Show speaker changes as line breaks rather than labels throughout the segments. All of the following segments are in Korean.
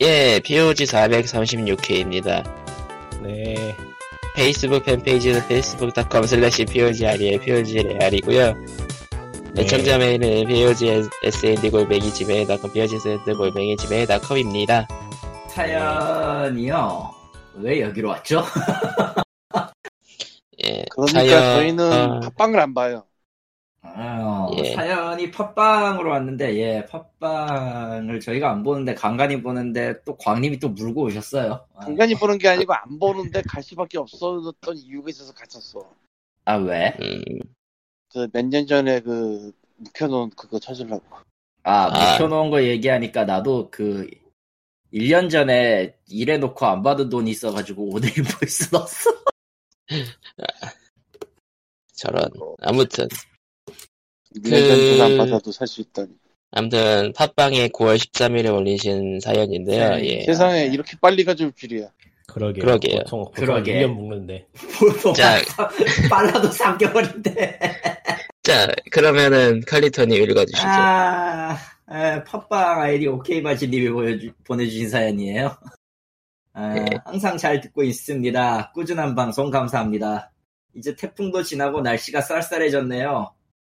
예, POG 436회입니다.
네.
페이스북 팬페이지는 facebook.com slash POGREL, POGREL이고요.
네.
애청자 메일은 POGSND골뱅이지메일.com, POGSND골뱅이지메일.com입니다.
사연이요. 왜 여기로 왔죠?
예,
그러니까
사연-
저희는
어,
팟빵을 안 봐요.
어,
예.
사연이 팟빵으로 왔는데, 예, 팟빵을 저희가 안 보는데, 간간히 보는데, 또 광님이 또 물고 오셨어요. 아,
간간히 보는 게 아니고 안 보는데 갈 수밖에 없었던 이유가 있어서 갔었어.
아, 왜?
음,
그 몇 년 전에 그 묵혀놓은 그거 찾으려고.
아,
아.
묵혀놓은 거 얘기하니까, 나도 그, 1년 전에 일해놓고 안 받은 돈이 있어가지고, 오늘 인보이스 넣었어.
저런. 아무튼,
1년
그
전도 안 받아도 살 수 있다니.
아무튼, 팟빵에 9월 13일에 올리신 사연인데요.
네,
예. 음,
세상에 이렇게 빨리 가줄 줄이야.
그러게요.
그러게요.
보통, 보통
그러게.
1년 묵는데.
보통
자,
빨라도 3개월인데.
자, 그러면은, 칼리터님 읽어주시죠.
아, 에, 팟빵 아이디 오케이바지님이 보여주- 보내주신 사연이에요. 아,
네.
항상 잘 듣고 있습니다. 꾸준한 방송 감사합니다. 이제 태풍도 지나고 날씨가 쌀쌀해졌네요.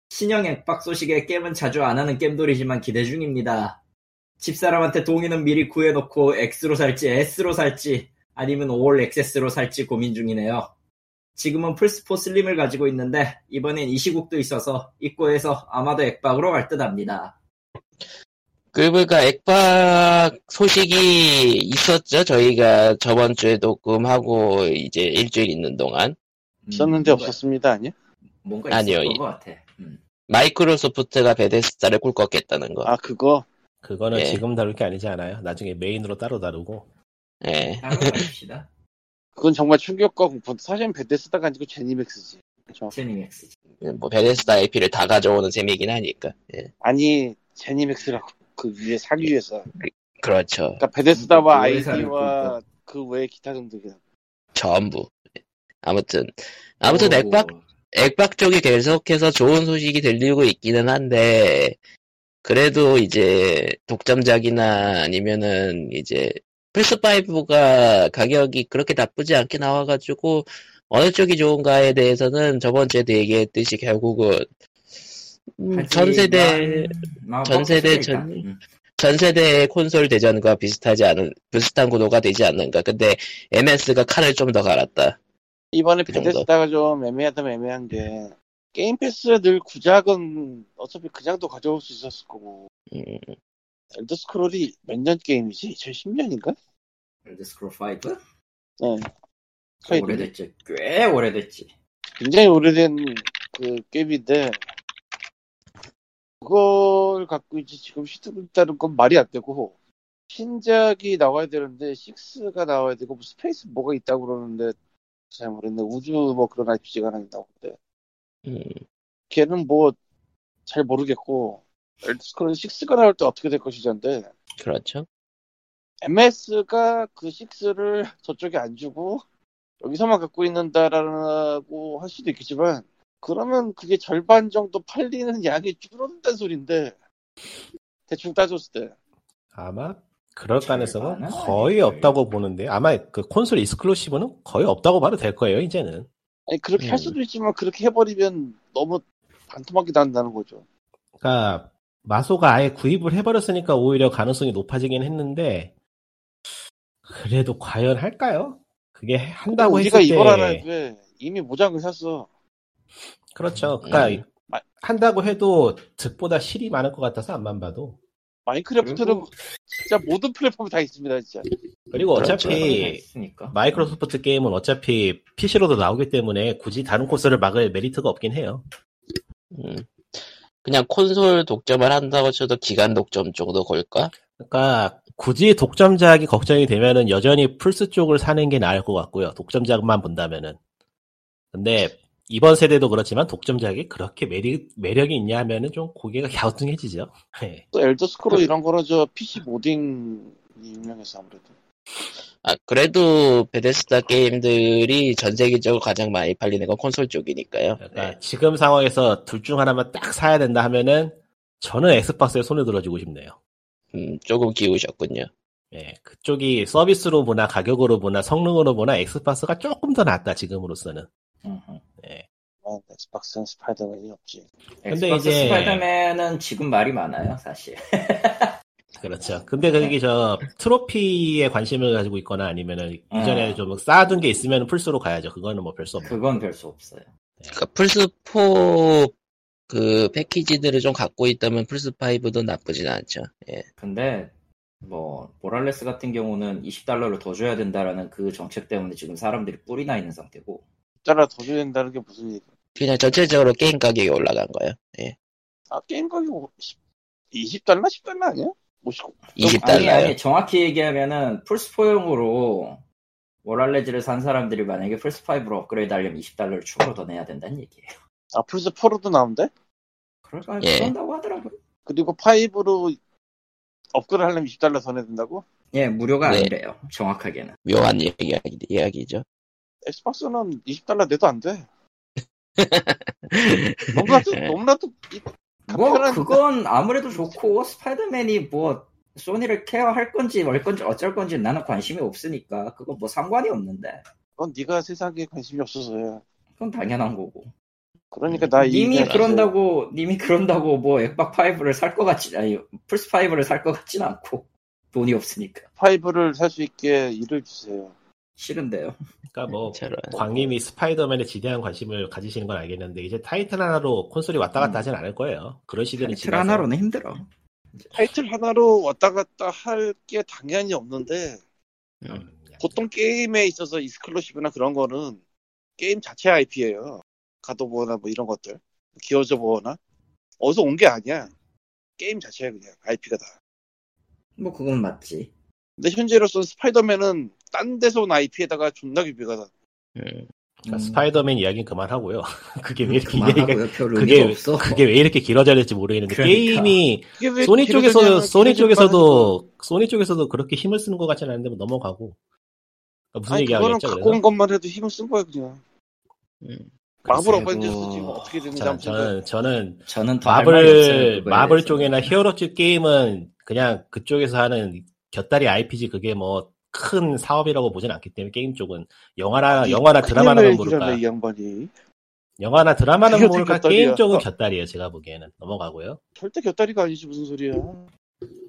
신형 액박 소식에 게임은 자주 안 하는 겜돌이지만 기대 중입니다. 집사람한테 동의는 미리 구해놓고 X로 살지 S로 살지 아니면 올 액세스로 살지 고민 중이네요. 지금은 플스4 슬림을 가지고 있는데 이번엔 이 시국도 있어서 입고해서 아마도 액박으로 갈 듯합니다.
그러니까 액박 소식이 있었죠. 저희가 저번 주에 녹음하고 이제 일주일 있는 동안
썼는데 없었습니다, 아니야?
음, 뭔가
아니요,
있었던
이-
것 같아. 음.
마이크로소프트가 베데스다를 꿀꺽했다는 거.
아, 그거?
그거는
예.
지금 다룰 게 아니지 않아요? 나중에 메인으로 따로 다루고.
예.
따로 가봅시다.
그건 정말 충격과 공포. 사실은 베데스다가 아니고 제니맥스지. 그렇죠.
제니맥스.
뭐 베데스다 IP를 다 가져오는 셈이긴 하니까. 예.
아니, 제니맥스라고. 그 위에 사기 회사.
그렇죠.
그러니까 베데스다와
그 회사를
아이디와 그 외의 기타 등등이다.
전부. 예. 아무튼 아무튼
오,
액박 음, 액박 쪽이 계속해서 좋은 소식이 들리고 있기는 한데 그래도 이제 독점작이나 아니면은 이제 플스5가 가격이 그렇게 나쁘지 않게 나와가지고 어느 쪽이 좋은가에 대해서는 저번 주에도 얘기했듯이 결국은 음,
하지만-
전 세대
막
전 세대
뻑뻑해지니까.
전-
음.
전 세대의 콘솔 대전과 비슷하지 않은 비슷한 구도가 되지 않는가. 근데 MS가 칼을 좀 더 갈았다.
이번에
그 정도.
베데스다가 좀 애매하다면 애매한 게 게임 패스에 늘그 구작은 어차피 그냥도 가져올 수 있었을 거고
음,
엘더 스크롤이 몇 년 게임이지? 2010년인가?
엘더 스크롤 5?
네.
그
오래됐지. 꽤 오래됐지.
굉장히 오래된 그 게임인데 그걸 갖고 이제 지금 시트를 따는 건 말이 안 되고 신작이 나와야 되는데 6가 나와야 되고 뭐 스페이스 뭐가 있다고 그러는데 잘 모르겠네 우주 뭐 그런 IP가 하나 있다고 그러는데
음.
걔는 뭐 잘 모르겠고 엘드스크롤 6가 나올 때 어떻게 될 것이냐인데
그렇죠.
MS가 그 6를 저쪽에 안 주고 여기서만 갖고 있는다라고 할 수도 있겠지만 그러면 그게 절반 정도 팔리는 양이 줄어든다는 소린데 대충 따졌을 때
아마 그럴 가능성은
절반은
거의
아니죠.
없다고 보는데 아마 그 콘솔 익스클루시브는 거의 없다고 봐도 될 거예요, 이제는.
아니 그렇게
예.
할 수도 있지만 그렇게 해버리면 너무 반토막이 난다는 거죠
그러니까 마소가 아예 구입을 해버렸으니까 오히려 가능성이 높아지긴 했는데 그래도 과연 할까요? 그게 한다고 했을
우리가
때
이걸 알아야 돼 이미 모장을 샀어
그렇죠. 그러니까
음.
마-
한다고 해도 득보다 실이 많을 것 같아서 안만 봐도
마인크래프트는
그리고-
진짜 모든 플랫폼에 다 있습니다 진짜
그리고
그렇죠.
어차피
했으니까.
마이크로소프트 게임은 어차피 PC로도 나오기 때문에 굳이 다른 콘솔을 막을 메리트가 없긴 해요.
음. 그냥 콘솔 독점을 한다고 쳐도 기간 독점 정도 걸까?
그러니까 굳이 독점작이 걱정이 되면은 여전히 플스 쪽을 사는 게 나을 것 같고요. 독점작만 본다면은. 근데 이번 세대도 그렇지만 독점작이 그렇게 매력, 매력이 있냐 하면은 좀 고개가 갸우뚱해지죠. 예.
또 엘더 스크롤 이런 거는 저 PC 모딩이 유명해서 아무래도
아, 그래도 베데스다 게임들이 전 세계적으로 가장 많이 팔리는 건 콘솔 쪽이니까요.
그러니까
네.
지금 상황에서 둘 중 하나만 딱 사야 된다 하면은 저는 엑스박스에 손을 들어주고 싶네요.
음, 조금 기우셨군요.
예, 그쪽이 서비스로 보나 가격으로 보나 성능으로 보나 엑스박스가 조금 더 낫다 지금으로서는.
음흠.
아, 엑스박스는 스파이더맨이 없지.
근데
엑스박스
이제-
스파이더맨은 지금 말이 많아요 사실.
그렇죠. 근데
네.
그게 저 트로피에 관심을 가지고 있거나 아니면은
음.
이전에 좀 쌓아둔 게 있으면 풀스로 가야죠. 그거는 뭐 별 수 없고.
그건 별 수 없어요.
그러니까 플스4 그 패키지들을 좀 갖고 있다면 플스5도 나쁘진 않죠. 예.
근데 뭐 모랄레스 같은 경우는 20달러를 더 줘야 된다라는 그 정책 때문에 지금 사람들이 뿔이 나 있는 상태고
짜라 더 줘야 된다는 게 무슨 얘기?
그냥 전체적으로 게임 가격이 올라간 거예요.
아 게임 가격 20, 달러 10달러 아니야? 59.
20달러요.
아니 아니 정확히 얘기하면은 플스4용으로 모랄레즈를 산 사람들이 만약에 플스5로 업그레이드 하려면 20달러를 추가로 더 내야 된다는 얘기예요.
아 플스 4로도 나온대?
그럴까
예.
그런다고 하더라고요.
그리고 5로 업그레이드 하려면 20달러 전해야 된다고?
예, 무료가
네.
아니래요. 정확하게는.
묘한
네.
이야기, 이야기죠.
엑스박스는 20달러 내도 안 돼. 너무나도 너무나도 이-
뭐
간편한-
그건 아무래도 좋고 스파이더맨이 뭐 소니를 케어할 건지 말 건지 어쩔 건지 나는 관심이 없으니까 그건 뭐 상관이 없는데
그건 네가 세상에 관심이 없어서야.
그건 당연한 거고
그러니까 나
님이
이미
그런다고 님이 그런다고 뭐 엑박 5를 살 것 같지 아니 플스 5를 살 것 같진 않고 돈이 없으니까
5를 살 수 있게 일을 주세요.
싫은데요.
그러니까 뭐
네.
저런.
광님이 스파이더맨에 지대한 관심을 가지시는 건 알겠는데 이제 타이틀 하나로 콘솔이 왔다 갔다
음.
하진 않을 거예요. 그런 시대는
타이틀
지나서. 음,
하나로는 힘들어.
타이틀 하나로 왔다 갔다 할 게 당연히 없는데
네.
음,
보통 게임에 있어서 익스클루시브나 그런 거는 게임 자체 IP예요. 가도보나 뭐 이런 것들, 기어즈 보거나 어디서 온 게 아니야. 게임 자체야 그냥 IP가 다.
뭐 그건 맞지.
근데 현재로서는 스파이더맨은 딴 데서 온 IP에다가 존나게 비가다.
음.
그러니까 스파이더맨 이야기는 그만하고요. 그게 왜 이렇게 이야기가
그만하고요. 별
그게
의미가
왜-
없어.
그게 왜 이렇게 길어졌는지 모르겠는데
그러니까.
게임이
이게 왜
소니 쪽에서
길어지냐면
소니
길어지는 바람에
쪽에서도 소니 쪽에서도 그렇게 힘을 쓰는 것 같지는 않은데 뭐 넘어가고 그러니까 무슨
아니
얘기하고
그거는
있죠?
갖고 온 것만 해도 힘을 쓴 거야 그냥.
음.
마블
글쎄요.
어벤져스
뭐.
지금 어떻게 되는지
저는
아무튼
저는, 저는
저는 더할 말이 없어요,
마블
그거에
마블
대해서는.
쪽이나 히어로즈 게임은 그냥 그쪽에서 하는 곁다리 IPG 그게 뭐 큰 사업이라고 보진 않기 때문에 게임 쪽은 영화나 영화나 드라마는 모를까
이 양반이
영화나 드라마는
그게
모를까
어떻게
게임
곁다리야?
쪽은 곁다리예요 제가 보기에는 넘어가고요
절대 곁다리가 아니지 무슨 소리야.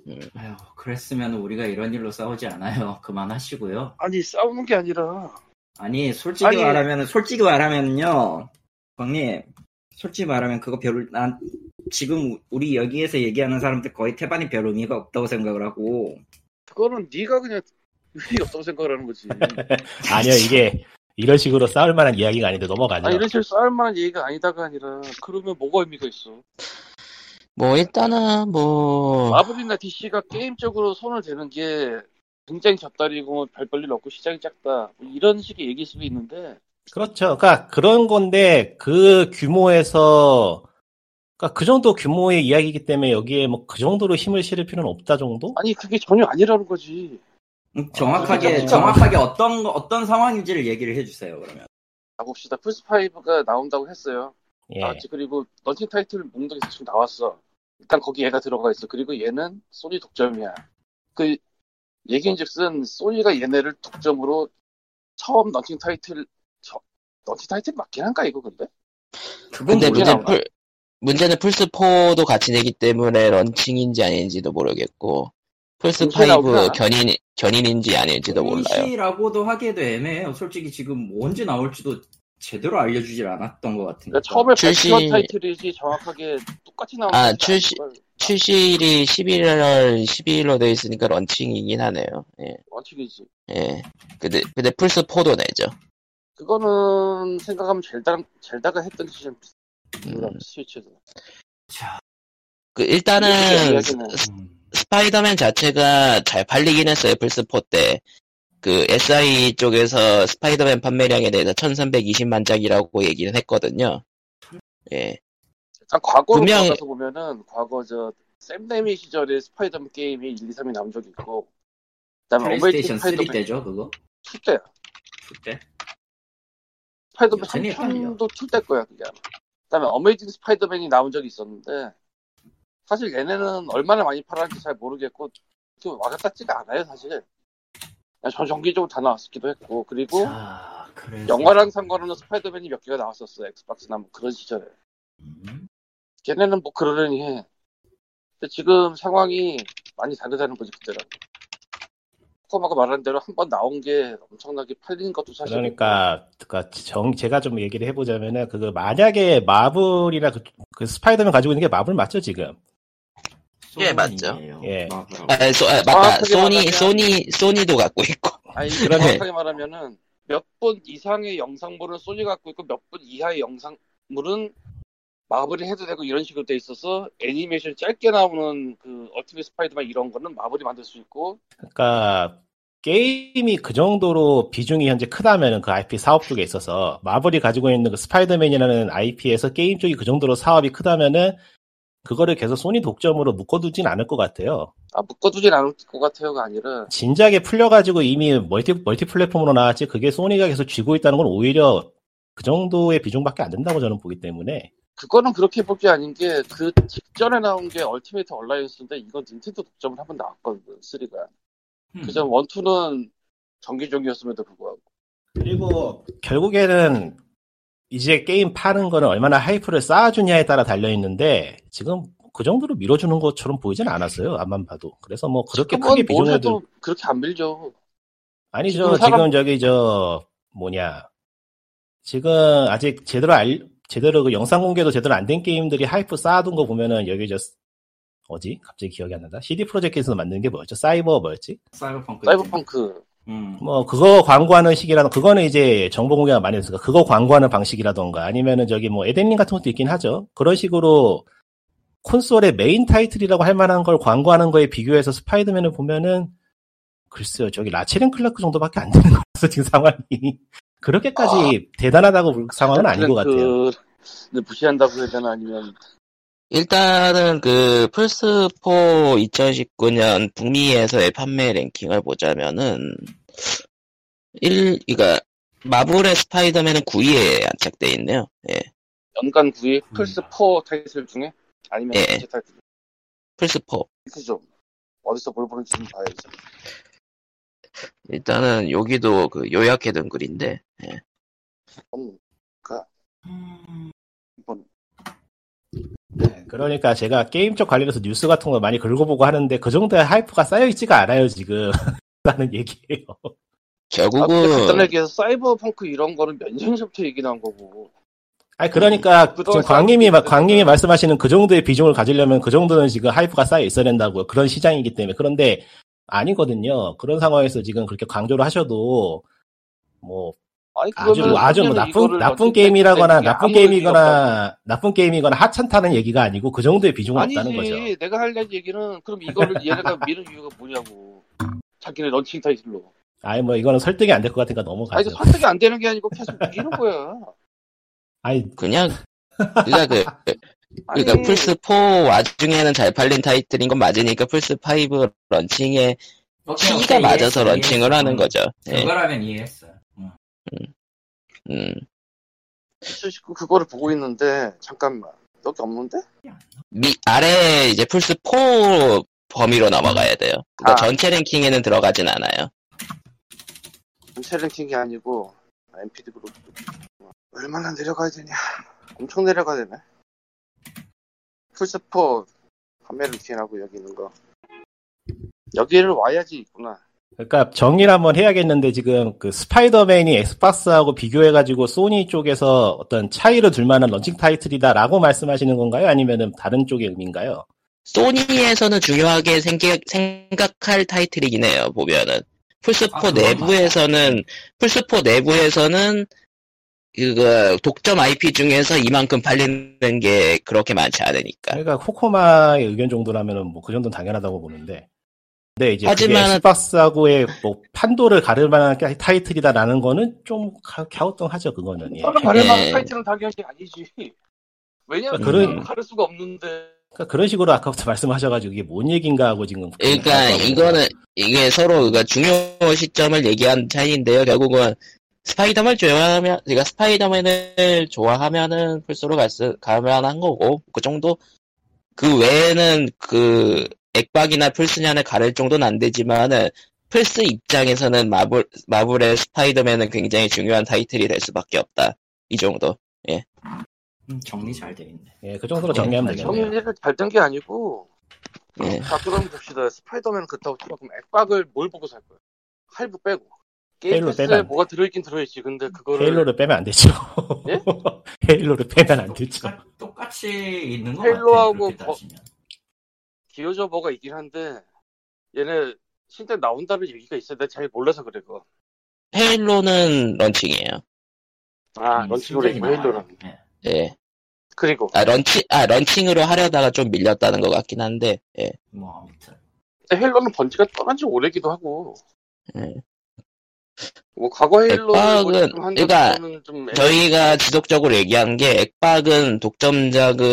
음.
아휴, 그랬으면 우리가 이런 일로 싸우지 않아요. 그만하시고요.
아니 싸우는 게 아니라
아니, 솔직히
아니.
말하면, 솔직히 말하면요. 광님, 솔직히 말하면 그거 별, 난 지금 우리 여기에서 얘기하는 사람들 거의 태반이 별 의미가 없다고 생각을 하고.
그거는 네가 그냥 왜 없다고 생각을 하는 거지.
아니요 이게 이런 식으로 싸울 만한 이야기가 아닌데 넘어가죠
아니 이런 식으로 싸울 만한 얘기가 아니다가 아니라 그러면 뭐가 의미가 있어?
뭐, 일단은
아,
뭐,
마블이나 DC가 게임적으로 손을 대는 게 굉장히 곁다리고 별 벌일 없고 시장이 작다 뭐 이런 식의 얘기일 수도 있는데
그렇죠. 그러니까 그런 건데 그 규모에서 그러니까 그 정도 규모의 이야기이기 때문에 여기에 뭐 그 정도로 힘을 실을 필요는 없다 정도?
아니 그게 전혀 아니라는 거지.
음, 정확하게,
진짜.
정확하게 어떤, 거- 어떤 상황인지를 얘기를 해주세요, 그러면.
아 봅시다 플스 5가 나온다고 했어요.
예.
아 그리고 런칭 타이틀 몽둥이에서 지금 나왔어. 일단 거기 얘가 들어가 있어. 그리고 얘는 소니 독점이야. 그 얘기인즉슨 소니가 얘네를 독점으로 처음 런칭 타이틀 저- 런칭 타이틀 맞긴 한가 이거 근데?
그건
근데
모르나
문제는
보다.
풀, 문제는 플스4도 같이 내기 때문에 런칭인지 아닌지도 모르겠고,
동시에 나오구나.
플스5 견인, 견인인지 아닐지도 몰라요.
음, 시라고도 하기에도 애매해요. 솔직히 지금 뭐 언제 나올지도 제대로 알려주질 않았던 것 같은데.
그러니까 처음에
그렇죠. 출시-
발표한 타이틀이지 정확하게 똑같이 나온
아,
타이틀은
출시-
아닐 걸.
출시일이 11월 12일로 되어 있으니까 런칭이긴 하네요. 예,
원칙이지.
예. 근데, 근데 플스4도 내죠.
그거는 생각하면 젤다, 젤다가 했던 시즌
음.
스위치에서
그,
이렇게
일단은,
이야기는-
음.
스파이더맨 자체가 잘 팔리긴 했어요, 플스4 때. 그, SI 쪽에서 스파이더맨 판매량에 대해서 1320만 장이라고 얘기는 했거든요. 예.
일단 과거로
분명히-
돌아가서 보면은 과거 저 샘데미 시절에 스파이더맨 게임이 1, 2, 3이 나온 적이 있고 그다음에
플레이스테이션
어메이징
3
스파이더맨
때죠, 그거?
2때야
그때?
스파이더맨
여전히 헷갈려.
3편도 2때 거야 그게 아마 그다음에 어메이징 스파이더맨이 나온 적이 있었는데 사실 얘네는 얼마나 많이 팔았는지 잘 모르겠고 그렇게 와닿지가 않아요 사실. 그냥 전 정기적으로 다 나왔기도 했고 그리고
자, 그래서
뭐? 영화랑 상관없는 스파이더맨이 몇 개가 나왔었어 엑스박스나 뭐 그런 시절에.
음,
걔네는 뭐 그러려니 해. 근데 지금 상황이 많이 다르다는 거지 그때랑. 코코마가 말한 대로 한 번 나온 게 엄청나게 팔린 것도 사실.
그러니까, 그러니까 정, 제가 좀 얘기를 해보자면은 그거 만약에 마블이나 그, 그 스파이더맨 가지고 있는 게 마블 맞죠 지금?
예, 맞죠.
소문이에요.
예.
마블하고.
아, 소, 아, 맞다.
정확하게
소니,
말하면-
소니, 소니도 갖고 있고.
아니
그러네.
정확하게 말하면은 몇 분 이상의 영상물은 소니 갖고 있고 몇 분 이하의 영상물은 마블이 해도 되고 이런 식으로 돼 있어서 애니메이션 짧게 나오는 그 어티비 스파이더맨 이런 거는 마블이 만들 수 있고
그러니까 게임이 그 정도로 비중이 현재 크다면은 그 IP 사업 쪽에 있어서 마블이 가지고 있는 그 스파이더맨이라는 IP에서 게임 쪽이 그 정도로 사업이 크다면은 그거를 계속 소니 독점으로 묶어두진 않을 것 같아요.
아 묶어두진 않을 것 같아요가 아니라
진작에 풀려가지고 이미 멀티 멀티 플랫폼으로 나왔지 그게 소니가 계속 쥐고 있다는 건 오히려 그 정도의 비중밖에 안 된다고 저는 보기 때문에
그거는 그렇게 볼 게 아닌 게 그 직전에 나온 게 얼티메이트 얼라이언스인데 이건 닌텐도 독점을 한 번 나왔거든 3가
음.
그전 1,2는 정기적이었음에도 불구하고
그리고 결국에는 이제 게임 파는 거는 얼마나 하이프를 쌓아주냐에 따라 달려있는데 지금 그 정도로 밀어주는 것처럼 보이진 않았어요. 안만 봐도. 그래서 뭐 그렇게
그건
크게
뭘
비중을 들...
해도 그렇게 안 밀죠
아니죠.
지금 사람-
지금 저기 저 뭐냐. 지금 아직 제대로 알 제대로 그 영상 공개도 제대로 안 된 게임들이 하이프 쌓아둔 거 보면은 여기 저 어디 갑자기 기억이 안 난다. CD 프로젝트에서 만든 게 뭐였죠? 사이버 뭐였지?
사이버펑크.
사이버펑크
음.
뭐 그거 광고하는 식이라든 그거는 이제 정보 공개가 많이 됐으니까 그거 광고하는 방식이라던가 아니면은 저기 뭐 에덴링 같은 것도 있긴 하죠 그런 식으로 콘솔의 메인 타이틀이라고 할 만한 걸 광고하는 거에 비교해서 스파이더맨을 보면은 글쎄요 저기 라체린 클라크 정도밖에 안 되는 것 같아서 지금 상황이 그렇게까지 대단하다고 볼 상황은 아닌 것 같아요
근데 그 무시한다고 해야 되나 아니면
일단은 그 플스4 2019년 북미에서의 판매 랭킹을 보자면은 1, 그러니까 마블의 스파이더맨은 9위에 안착돼 있네요. 예.
연간 9위
음.
플스 4 타이틀 중에 아니면
예.
전체 타이틀
플스4.
이렇게 좀 어디서 뭘 보는지 좀 봐야죠.
일단은 여기도 그 요약해둔 글인데
음, 한번
그러니까 제가 게임 쪽 관련해서 뉴스 같은 거 많이 긁어보고 하는데 그 정도의 하이프가 쌓여있지가 않아요 지금 라는 얘기예요
아, 근데
결국은
간단하게 해서 사이버펑크 이런 거는 몇 년 전부터 얘기 나온 거고
아니 그러니까
그동안
지금 광님이 마-
사람들이
광님이
그랬어요.
말씀하시는 그 정도의 비중을 가지려면 그 정도는 지금 하이프가 쌓여 있어야 된다고요. 그런 시장이기 때문에 그런데 아니거든요. 그런 상황에서 지금 그렇게 강조를 하셔도 뭐
아니
아주
그거는
아주 뭐
그냥
나쁜
이거를
나쁜
어떻게
게임이라거나
했는데
나쁜
아무런 의미가
게임이거나 나쁜 게임이거나 하찮다는 얘기가 아니고 그 정도의 비중은
없다.
없다는 거죠.
아니지 내가 할 얘기는 그럼 이거를 얘네가 미는 이유가 뭐냐고 자기네 런칭 타이틀로
아니 뭐 이거는 설득이 안 될 것 같으니까
아 이거
넘어가죠.
설득이 안 되는 게 아니고 계속 이기는 거야
아니
그냥 그러니까 그
아니,
그러니까 플스4 와중에는 잘 팔린 타이틀인 건 맞으니까 플스5 런칭에
오케이,
시기가
오케이,
맞아서
뭐, 이해했어,
런칭을
이해했어.
하는
음.
거죠. 네, 예.
그거라면 이해했어. 음.
음.
수식구 그거를 보고 있는데 잠깐만 여기 없는데?
미, 아래 이제 플스 4 범위로 넘어가야 돼요. 그러니까
아.
전체 랭킹에는 들어가진 않아요.
전체 랭킹이 아니고 MPD 그룹 얼마나 내려가야 되냐 엄청 내려가야 되네 풀스포 판매 랭킹하고 여기 있는 거 여기를 와야지 있구나
그러니까 정리를 한번 해야겠는데 지금 그 스파이더맨이 엑스박스하고 비교해가지고 소니 쪽에서 어떤 차이를 둘 만한 런칭 타이틀이다라고 말씀하시는 건가요? 아니면은 다른 쪽의 의미인가요?
소니에서는 중요하게 생기, 생각할 타이틀이긴 해요, 보면은. 플스4
아, 그건
내부에서는, 플스4 내부에서는, 그거, 독점 IP 중에서 이만큼 팔리는 게 그렇게 많지 않으니까.
그러니까 코코마의 의견 정도라면은 뭐 그 정도는 당연하다고 보는데. 근데 이제 그게
하지만은-
엑스박스하고의 뭐 판도를 가를 만한 게 타이틀이다라는 거는 좀 가- 갸우뚱하죠 그거는. 예.
저는 가릴 만한 타이틀은 당연히 아니지 왜냐면
그런-
그건 가릴 수가 없는데
그러니까 그런 식으로 아까부터 말씀하셔가지고 이게 뭔 얘긴가 하고 지금.
그러니까 이거는 이게 서로 그러니까 중요 시점을 얘기한 차이인데요. 결국은 스파이더맨 좋아하면 그러니까 스파이더맨을 좋아하면은 플스로 갈 수 가면 한 거고 그 정도 그 외에는 그 액박이나 플스냐를 가릴 정도는 안 되지만은 플스 입장에서는 마블 마블의 스파이더맨은 굉장히 중요한 타이틀이 될 수밖에 없다. 이 정도.
음, 정리 잘 돼 있네.
예, 그 정도로 정리하면 되겠네요.
정리를 잘 된 게 아니고
예.
자 그럼 봅시다 스파이더맨 그렇다고 치면 그럼 액박을 뭘 보고 살 거야 할부 빼고 게임
헤일로 빼면
패스에
안 돼.
뭐가 들어있긴 들어있지 근데 그거를
헤일로를 빼면 안 되죠.
예?
헤일로를 빼면 안 되죠.
똑같- 똑같이 있는 것 같아.
헬로하고
그렇게
버-
따지면.
기어저 버가 있긴 한데 얘네 신작 나온다는 얘기가 있어 내가 잘 몰라서 그래 그거
헤일로는 런칭이에요.
아
음,
런칭으로
신작이
있고
나와요.
헤일로랑
예.
예.
그리고
아 런칭 아 런칭으로 하려다가 좀 밀렸다는 것 같긴 한데. 예.
뭐 아무튼
헬로는 번지가 떠난 지 오래기도 하고
예.
뭐 과거 헬로
액박은- 그러니까 저희가 지속적으로 얘기한 게 액박은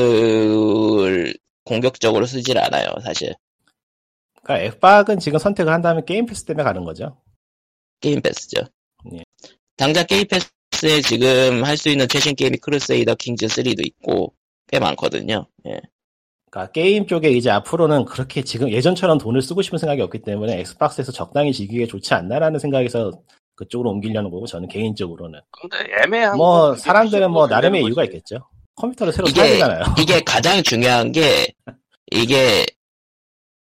독점작을 공격적으로 쓰질 않아요, 사실.
그러니까 액박은 지금 선택을 한다면 게임 패스 때문에 가는 거죠.
게임 패스죠.
예.
당장 게임 패스에 지금 할 수 있는 최신 게임이 크루세이더 킹즈 3도 있고 꽤 많거든요. 예.
그러니까 게임 쪽에 이제 앞으로는 그렇게 지금 예전처럼 돈을 쓰고 싶은 생각이 없기 때문에 엑스박스에서 적당히 즐기기에 좋지 않나라는 생각에서 그쪽으로 옮기려는 거고 저는 개인적으로는
근데 애매한
뭐
건 그게
사람들은 뭐
PC 로
나름의
간다는
이유가
거지.
있겠죠. 컴퓨터를 새로
이게-
사야 되잖아요.
이게 가장 중요한 게 이게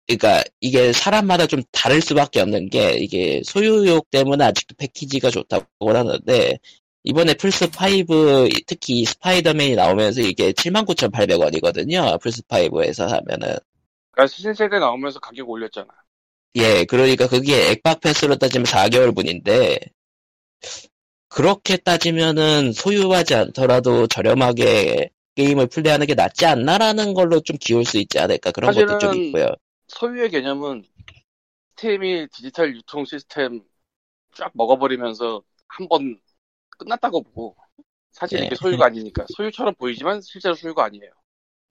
그러니까 이게 사람마다 좀 다를 수밖에 없는 게 이게 소유욕 때문에 아직도 패키지가 좋다고 하는데 이번에 플스 5 특히 이 스파이더맨이 나오면서 이게 79,800원이거든요. 플스 5에서 하면은
그러니까 신세대 나오면서 가격 올렸잖아
예, 그러니까 그게 액박 패스로 따지면 4개월 분인데, 그렇게 따지면은 소유하지 않더라도 저렴하게 게임을 플레이하는 게 낫지 않나라는 걸로 좀 기울 수 있지 않을까. 그런 것도 좀
사실은
있고요.
소유의 개념은 스팀이 디지털 유통 시스템 쫙 먹어버리면서 한 번 끝났다고 보고 사실
네.
예.
이게 소유가 아니니까 소유처럼 보이지만 실제로 소유가 아니에요
네.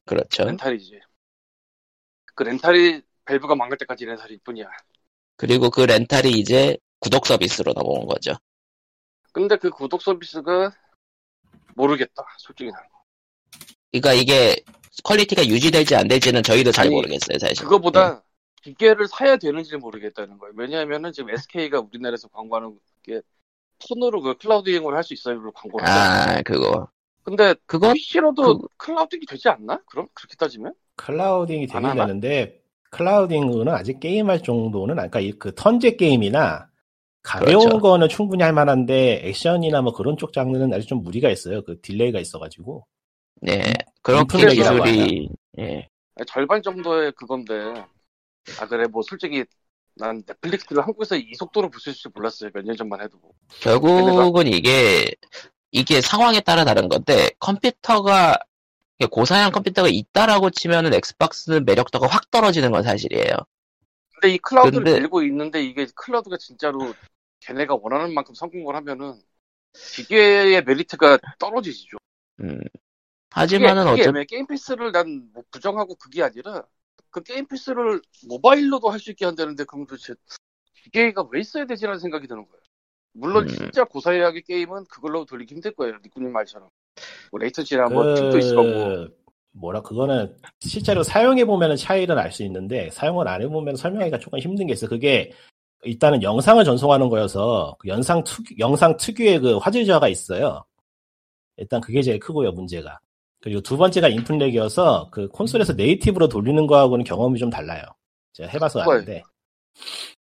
그렇죠.
렌탈이지 그 렌탈이 밸브가 망갈 때까지 렌탈일 뿐이야
그리고 그 렌탈이 이제 구독 서비스로 넘어온 거죠.
근데 그 구독 서비스가 모르겠다 솔직히 난
그러니까 이게 퀄리티가 유지될지 안 될지는 저희도 잘
아니,
모르겠어요, 사실.
그거보다 기계를 사야 되는지를 모르겠다는 거예요 왜냐하면은 지금 SK가 우리나라에서 광고하는 게 톤으로 그 클라우딩을 할 수 있어요
예.
광고를
아, 그거.
근데
그건
PC로도 클라우딩이 되지 않나? 그럼 그렇게 따지면?
클라우딩이 되긴
아마-
되는데 클라우딩은 아직 게임할 정도는 아까 이- 그 턴제 게임이나 가벼운
그렇죠.
거는 충분히 할 만한데 액션이나 뭐 그런 쪽 장르는 아직 좀 무리가 있어요. 그 딜레이가 있어가지고
네. 그렇게
인플레이션이라고
기술이 예.
아니, 절반 정도의 그건데 아 그래 뭐 솔직히 난 넷플릭스를 한국에서 이 속도로 볼 수 있을 줄 몰랐어요 몇 년 전만 해도
결국은 이게 이게 상황에 따라 다른 건데 컴퓨터가 이게 고사양 컴퓨터가 있다라고 치면은 엑스박스는 매력도가 확 떨어지는 건 사실이에요.
근데 이 클라우드를
근데-
들고 있는데 이게 클라우드가 진짜로 걔네가 원하는 만큼 성공을 하면은 기계의 메리트가 떨어지죠
음.
그게,
하지만은
그게
어차피
애매해. 게임 패스를 난 뭐 부정하고 그게 아니라 그 게임 패스를 모바일로도 할 수 있게 한다는데 그럼 도대체 기계가 왜 있어야 되지라는 생각이 드는 거예요.
음.
물론 진짜 고사양의 게임은 그걸로 돌리기 힘들 거예요. 니꾸님 말처럼 뭐 레이턴시나 뭐 팁도 있을 거고
그 뭐라 그거는 실제로 사용해 보면 차이를 알 수 있는데 사용을 안 해보면 설명하기가 조금 힘든 게 있어. 요 그게 일단은 영상을 전송하는 거여서 그 영상 특 영상 특유의 그 화질 저하가 있어요. 일단 그게 제일 크고요 문제가. 그리고 두 번째가 인풋렉이어서 그 콘솔에서 네이티브로 돌리는 거하고는 경험이 좀 달라요. 제가 해봐서 아는데.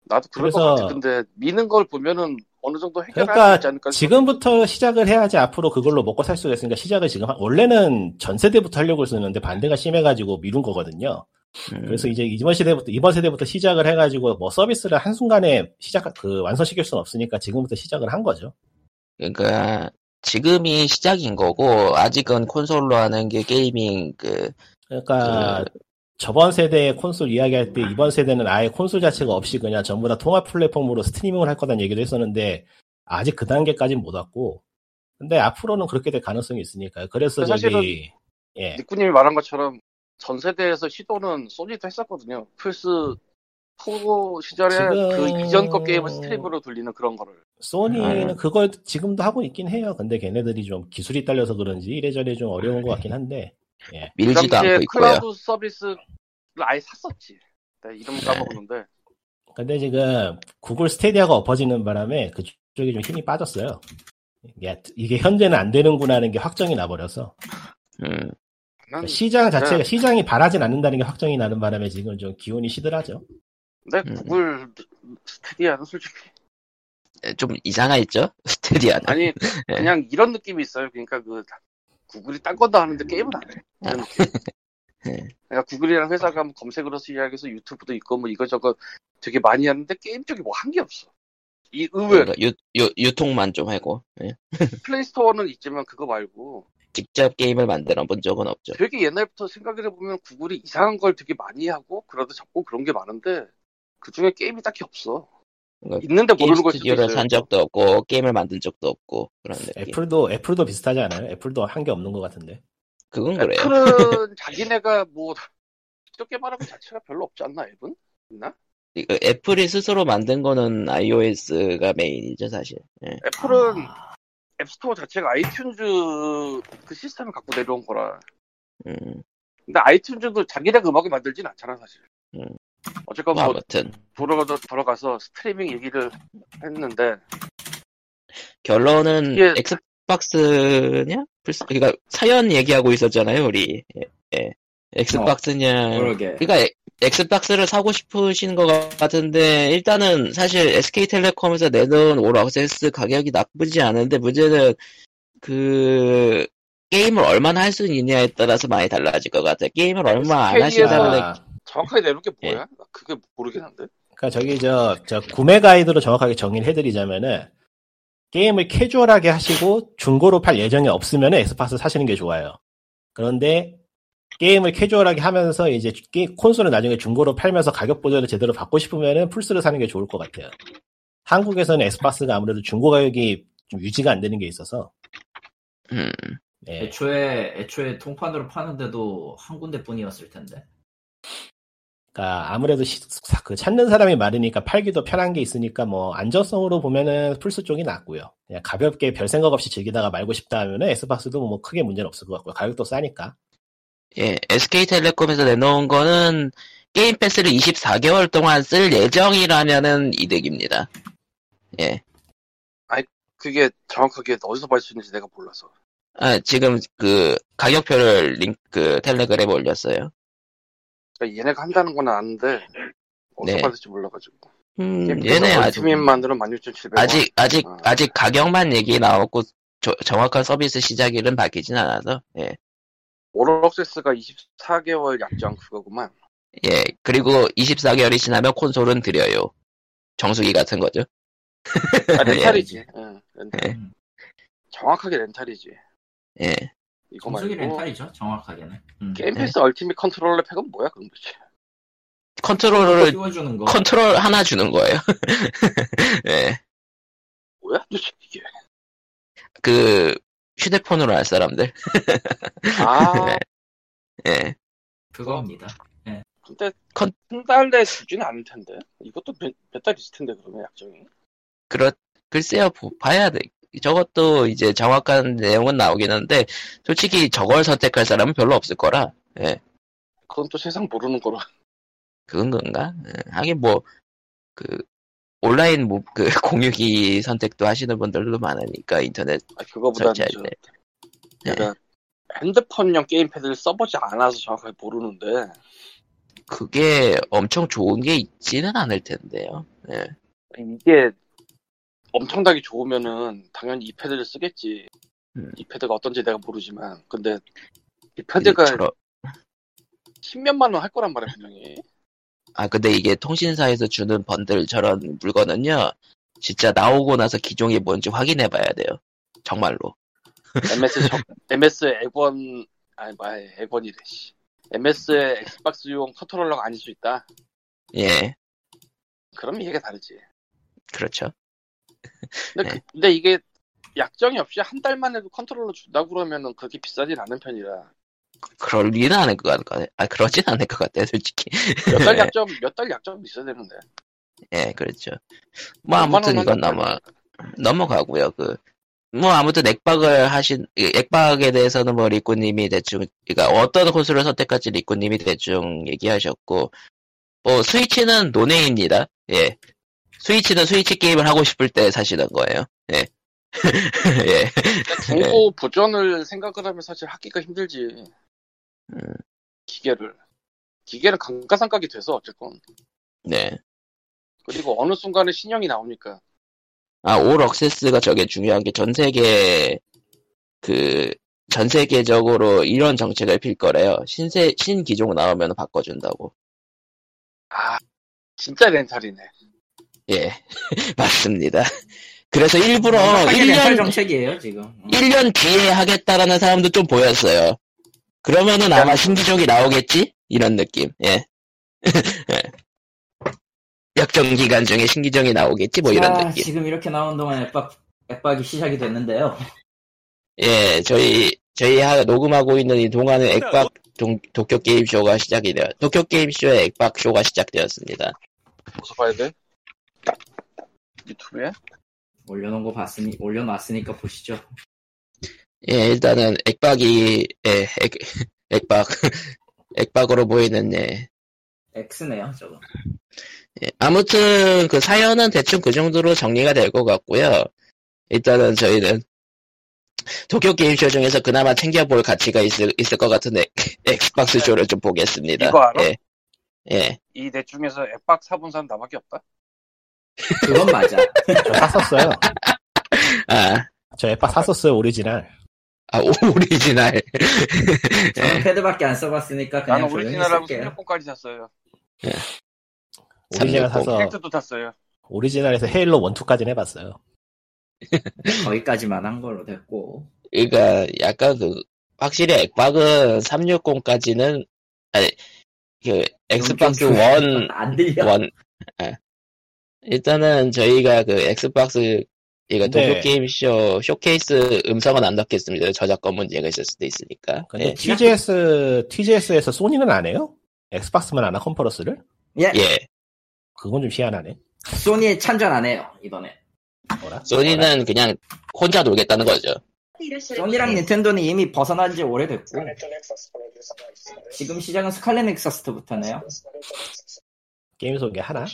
나도 그럴 것
그래서-
같아. 근데 미는 걸 보면은 어느 정도 해결할 수
그러니까
있지 않을까 싶어요.
지금부터 시작을 해야지 앞으로 그걸로 먹고 살 수가 있으니까 시작을 지금 하- 원래는 전 세대부터 하려고 했었는데 반대가 심해가지고 미룬 거거든요.
음,
그래서 이제 이번 세대부터 이번 세대부터 시작을 해가지고 뭐 서비스를 한 순간에 시작 그 완성시킬 수는 없으니까 지금부터 시작을 한 거죠.
그러니까 지금이 시작인 거고 아직은 콘솔로 하는 게 게이밍 그
그러니까 저번 세대의 콘솔 이야기할 때 이번 세대는 아예 콘솔 자체가 없이 그냥 전부 다 통합 플랫폼으로 스트리밍을 할 거다는 얘기도 했었는데 아직 그 단계까지는 못 왔고 근데 앞으로는 그렇게 될 가능성이 있으니까요. 그래서
근데
저기 예.
니꾸님이 말한 것처럼 전 세대에서 시도는 소니도 했었거든요. 플스 4 시절에
지금-
그 이전 거 게임을 스트рим으로 돌리는 그런 거를.
소니는
음.
그걸 지금도 하고 있긴 해요. 근데 걔네들이 좀 기술이 딸려서 그런지 이래저래 좀 어려운 것 같긴 한데
밀지도
그 당시에
않고 있고요.
클라우드 서비스를 아예 샀었지. 나
네.
이름 까먹었는데
근데 지금 구글 스테디아가 엎어지는 바람에 그쪽이 좀 힘이 빠졌어요. 이게, 이게 현재는 안 되는구나 하는 게 확정이 나버려서
음.
난
시장 자체가
네.
시장이 바라진 않는다는 게 확정이 나는 바람에 지금 좀 기온이 시들하죠.
내
음.
구글 스테디아는 솔직히
좀 이상하겠죠? 스테디아는. 네.
아니 그냥 이런 느낌이 있어요. 그러니까 그 구글이 딴 것도 하는데 게임은 안 해. 이런 느낌.
네.
그러니까 구글이라는 회사가 뭐 검색으로 시작해서 유튜브도 있고 뭐 이것저것 되게 많이 하는데 게임 쪽이 뭐 한 게 없어. 이 의외로
그러니까 유, 유, 유통만 좀 하고 예.
플레이스토어는 있지만 그거 말고
직접 게임을 만들어 본 적은 없죠.
되게 옛날부터 생각을 해보면 구글이 이상한 걸 되게 많이 하고 그러도 자꾸 그런 게 많은데 그 중에 게임이 딱히 없어.
그러니까
있는데
게임
모르는 걸 수도 있어요.
스튜디오를 산 적도 없고 게임을 만든 적도 없고 그런 느낌.
애플도 애플도 비슷하지 않아요? 애플도 한 게 없는 것 같은데.
그건 그래요.
애플은 자기네가 뭐 직접 개발한 것 자체가 별로 없지 않나 앱은? 있나?
이거 그 애플이 스스로 만든 거는 iOS가 메인이죠 사실. 예.
애플은
아,
앱스토어 자체가 아이튠즈 그 시스템을 갖고 내려온 거라.
음,
근데 아이튠즈도 자기네가 음악을 만들진 않잖아 사실.
음.
어쨌건
뭐
뭐
아무튼
돌아가서 돌아가서 스트리밍 얘기를 했는데
결론은
예.
엑스박스냐? 플스 그러니까 사연 얘기하고 있었잖아요 우리. 예, 예.
어,
엑스박스냐?
그렇죠.
그러게.
그러니까 엑- 엑스박스를 사고 싶으신 것 같은데 일단은 사실 SK텔레콤에서 내놓은 올 액세스 가격이 나쁘지 않은데 문제는 그 게임을 얼마나 할 수 있냐에 따라서 많이 달라질 것 같아. 게임을 얼마 안
SK에서
하신다는
아,
정확하게 내놓은 게
예.
뭐야? 나 그게 모르긴 한데.
그러니까 저기 저, 저 구매 가이드로 정확하게 정의를 해드리자면은 게임을 캐주얼하게 하시고 중고로 팔 예정이 없으면 엑스박스 사시는 게 좋아요. 그런데 게임을 캐주얼하게 하면서 이제 게- 콘솔을 나중에 중고로 팔면서 가격 보전을 제대로 받고 싶으면은 플스를 사는 게 좋을 것 같아요. 한국에서는 엑스박스가 아무래도 중고 가격이 좀 유지가 안 되는 게 있어서.
음.
예.
애초에 애초에 통판으로 파는데도 한 군데뿐이었을 텐데.
그러니까 아무래도 시- 사- 그 찾는 사람이 많으니까 팔기도 편한 게 있으니까 뭐 안전성으로 보면은 플스 쪽이 낫고요. 그냥 가볍게 별 생각 없이 즐기다가 말고 싶다 하면은 엑스박스도 뭐 크게 문제는 없을 것 같고요. 가격도 싸니까.
예, SK텔레콤에서 내놓은 거는 게임 패스를 24개월 동안 쓸 예정이라면은 이득입니다. 예.
그게 정확하게 어디서 발수했는지 내가 몰라서.
아, 지금 그 가격표를 링크 텔레그램에 올렸어요.
그러니까 얘네가 한다는 건 아는데 어디서
네.
받을지 몰라가지고.
음, 얘네 아직
얼티민만으로는 16,700원.
아직 아직
아.
아직 가격만 얘기 나왔고 저- 정확한 서비스 시작일은 밝히진 않아서 예.
오로록세스가 24개월 약정 그거구만.
예. 그리고 24개월이 지나면 콘솔은 드려요. 정수기 같은 거죠. 네.
아, 렌탈이지. 예, 렌탈.
예.
음,
정확하게 렌탈이지.
예.
이거
정수기
말고
렌탈이죠, 정확하게는. 음.
게임
네.
패스 얼티밋 컨트롤러 팩은 뭐야 그럼 도대체?
컨트롤을
띄워주는 거.
그- 컨트롤 하나 주는 거예요. 예.
뭐야 도대체 이게?
그 휴대폰으로 할 사람들.
아
네. 예.
그겁니다.
근데
컨-
한 달에 주지는 않을 텐데. 이것도 몇달 있을 텐데 그러면 약정이.
그렇 글쎄요. 보- 봐야 돼. 저것도 이제 정확한 내용은 나오긴 한데 솔직히 저걸 선택할 사람은 별로 없을 거라. 예.
그건 또 세상 모르는 거라.
그건 건가? 예, 하긴 뭐, 그, 온라인 뭐, 그, 공유기 선택도 하시는 분들도 많으니까, 인터넷.
아, 그거보다는
설치할
저,
때. 네.
내가 핸드폰용 게임패드를 써보지 않아서 정확하게 모르는데
그게 엄청 좋은 게 있지는 않을 텐데요. 예.
이게 엄청나게 좋으면은 당연히 이 패드를 쓰겠지.
음.
이 패드가 어떤지 내가 모르지만 근데
근데
이
그
패드가
저러-
십몇만 원 할 거란 말이야 분명히.
아, 근데 이게 통신사에서 주는 번들 저런 물건은요, 진짜 나오고 나서 기종이 뭔지 확인해 봐야 돼요. 정말로.
MS 적, MS 액원 아니 말 액원이래 씨. MS의 엑스박스용 컨트롤러가 아닐 수 있다.
예,
그럼 얘기가 다르지.
그렇죠.
근데,
네.
그- 근데 이게 약정이 없이 한 달만 해도 컨트롤러 준다고 그러면은 그렇게 비싸진 않은 편이라
그럴 리는 않을 것 같아. 아, 그러진 않을 것 같아요, 솔직히.
몇
네.
달 약정 몇 달 약정 있어야 되는데.
예, 그렇죠. 뭐,
몇만
아무튼
원
이건
한다고
아마, 넘어가고요. 그, 뭐, 아무튼 액박을 하신, 이 액박에 대해서는 뭐, 리꾸님이 대충, 그러니까 어떤 호수를 선택할지 리꾸님이 대충 얘기하셨고, 어, 스위치는 논의입니다. 예. 스위치는 스위치 게임을 하고 싶을 때 사시는 거예요. 예. 예.
중고 보존을 생각을 하면 사실 하기가 힘들지.
음.
기계를. 기계는 감가상각이 돼서 어쨌건.
네.
그리고 어느 순간에 신형이 나오니까.
아, 올 억세스가 저게 중요한 게 전 세계 그, 전 세계적으로 이런 정책을 필 거래요. 신세, 신기종 나오면 바꿔준다고.
아, 진짜 렌탈이네.
예. 맞습니다. 그래서 일부러
정확하게 렌탈
1년,
정책이에요 지금. 음.
1년 뒤에 하겠다라는 사람도 좀 보였어요. 그러면은 아마 신기종이 나오겠지? 이런 느낌. 예. 약정 기간 중에 신기종이 나오겠지? 뭐 이런
아,
느낌.
지금 이렇게 나온 동안 앱박 앱박이 시작이 됐는데요.
예, 저희 저희 하- 녹음하고 있는 이 동안에
어.
액박 동- 도쿄 게임 쇼가 시작이 되어 도쿄 게임 쇼의 액박 쇼가 시작되었습니다.
어디서 봐야 돼? 유튜브에?
올려놓은 거 봤으니 올려놨으니까 보시죠.
예, 일단은 액박이 예, 액, 액박 액박으로 보이는 예.
X네요 저거.
예, 아무튼 그 사연은 대충 그 정도로 정리가 될 것 같고요. 일단은 저희는 도쿄 게임쇼 중에서 그나마 챙겨볼 가치가 있을, 있을 것 같은 액, 엑스박스 쇼를 좀 보겠습니다.
이거 알아?
예. 예.
이 넷 중에서 앱박 사본 사람 나밖에 없다?
그건 맞아.
저 샀었어요.
아,
저 에파 샀었어요 오리지널.
아, 오리지널.
저는 패드밖에 안 써봤으니까 그냥
나는
조용히
오리지널하고
쓸게요.
생략본까지 샀어요.
오리지널
삼육공.
사서
캐릭터도 샀어요.
오리지널에서 헤일로 1, 2까지는 해봤어요.
거기까지만 한 걸로 됐고.
그러니까 약간 그 확실히 엑박은 360까지는 아니 그 엑스박스
좀-
원
안 들려.
원 아. 일단은 저희가 그 엑스박스 이거
네.
도쿄 게임 쇼 쇼케이스 음성은 안 넣겠습니다. 저작권 문제가 있을 수도 있으니까.
어, 근데
예.
TGS TGS에서 소니는 안 해요? 엑스박스만 하나 컨퍼런스를?
예.
예.
그건 좀 희한하네.
소니에 참전 안 해요 이번에.
뭐라? 뭐라?
소니는 그냥 혼자 놀겠다는 거죠. 예.
소니랑 닌텐도는 이미 벗어난 지 오래됐고. 지금 시작은 스칼렛 넥서스부터네요.
게임 소개 하나?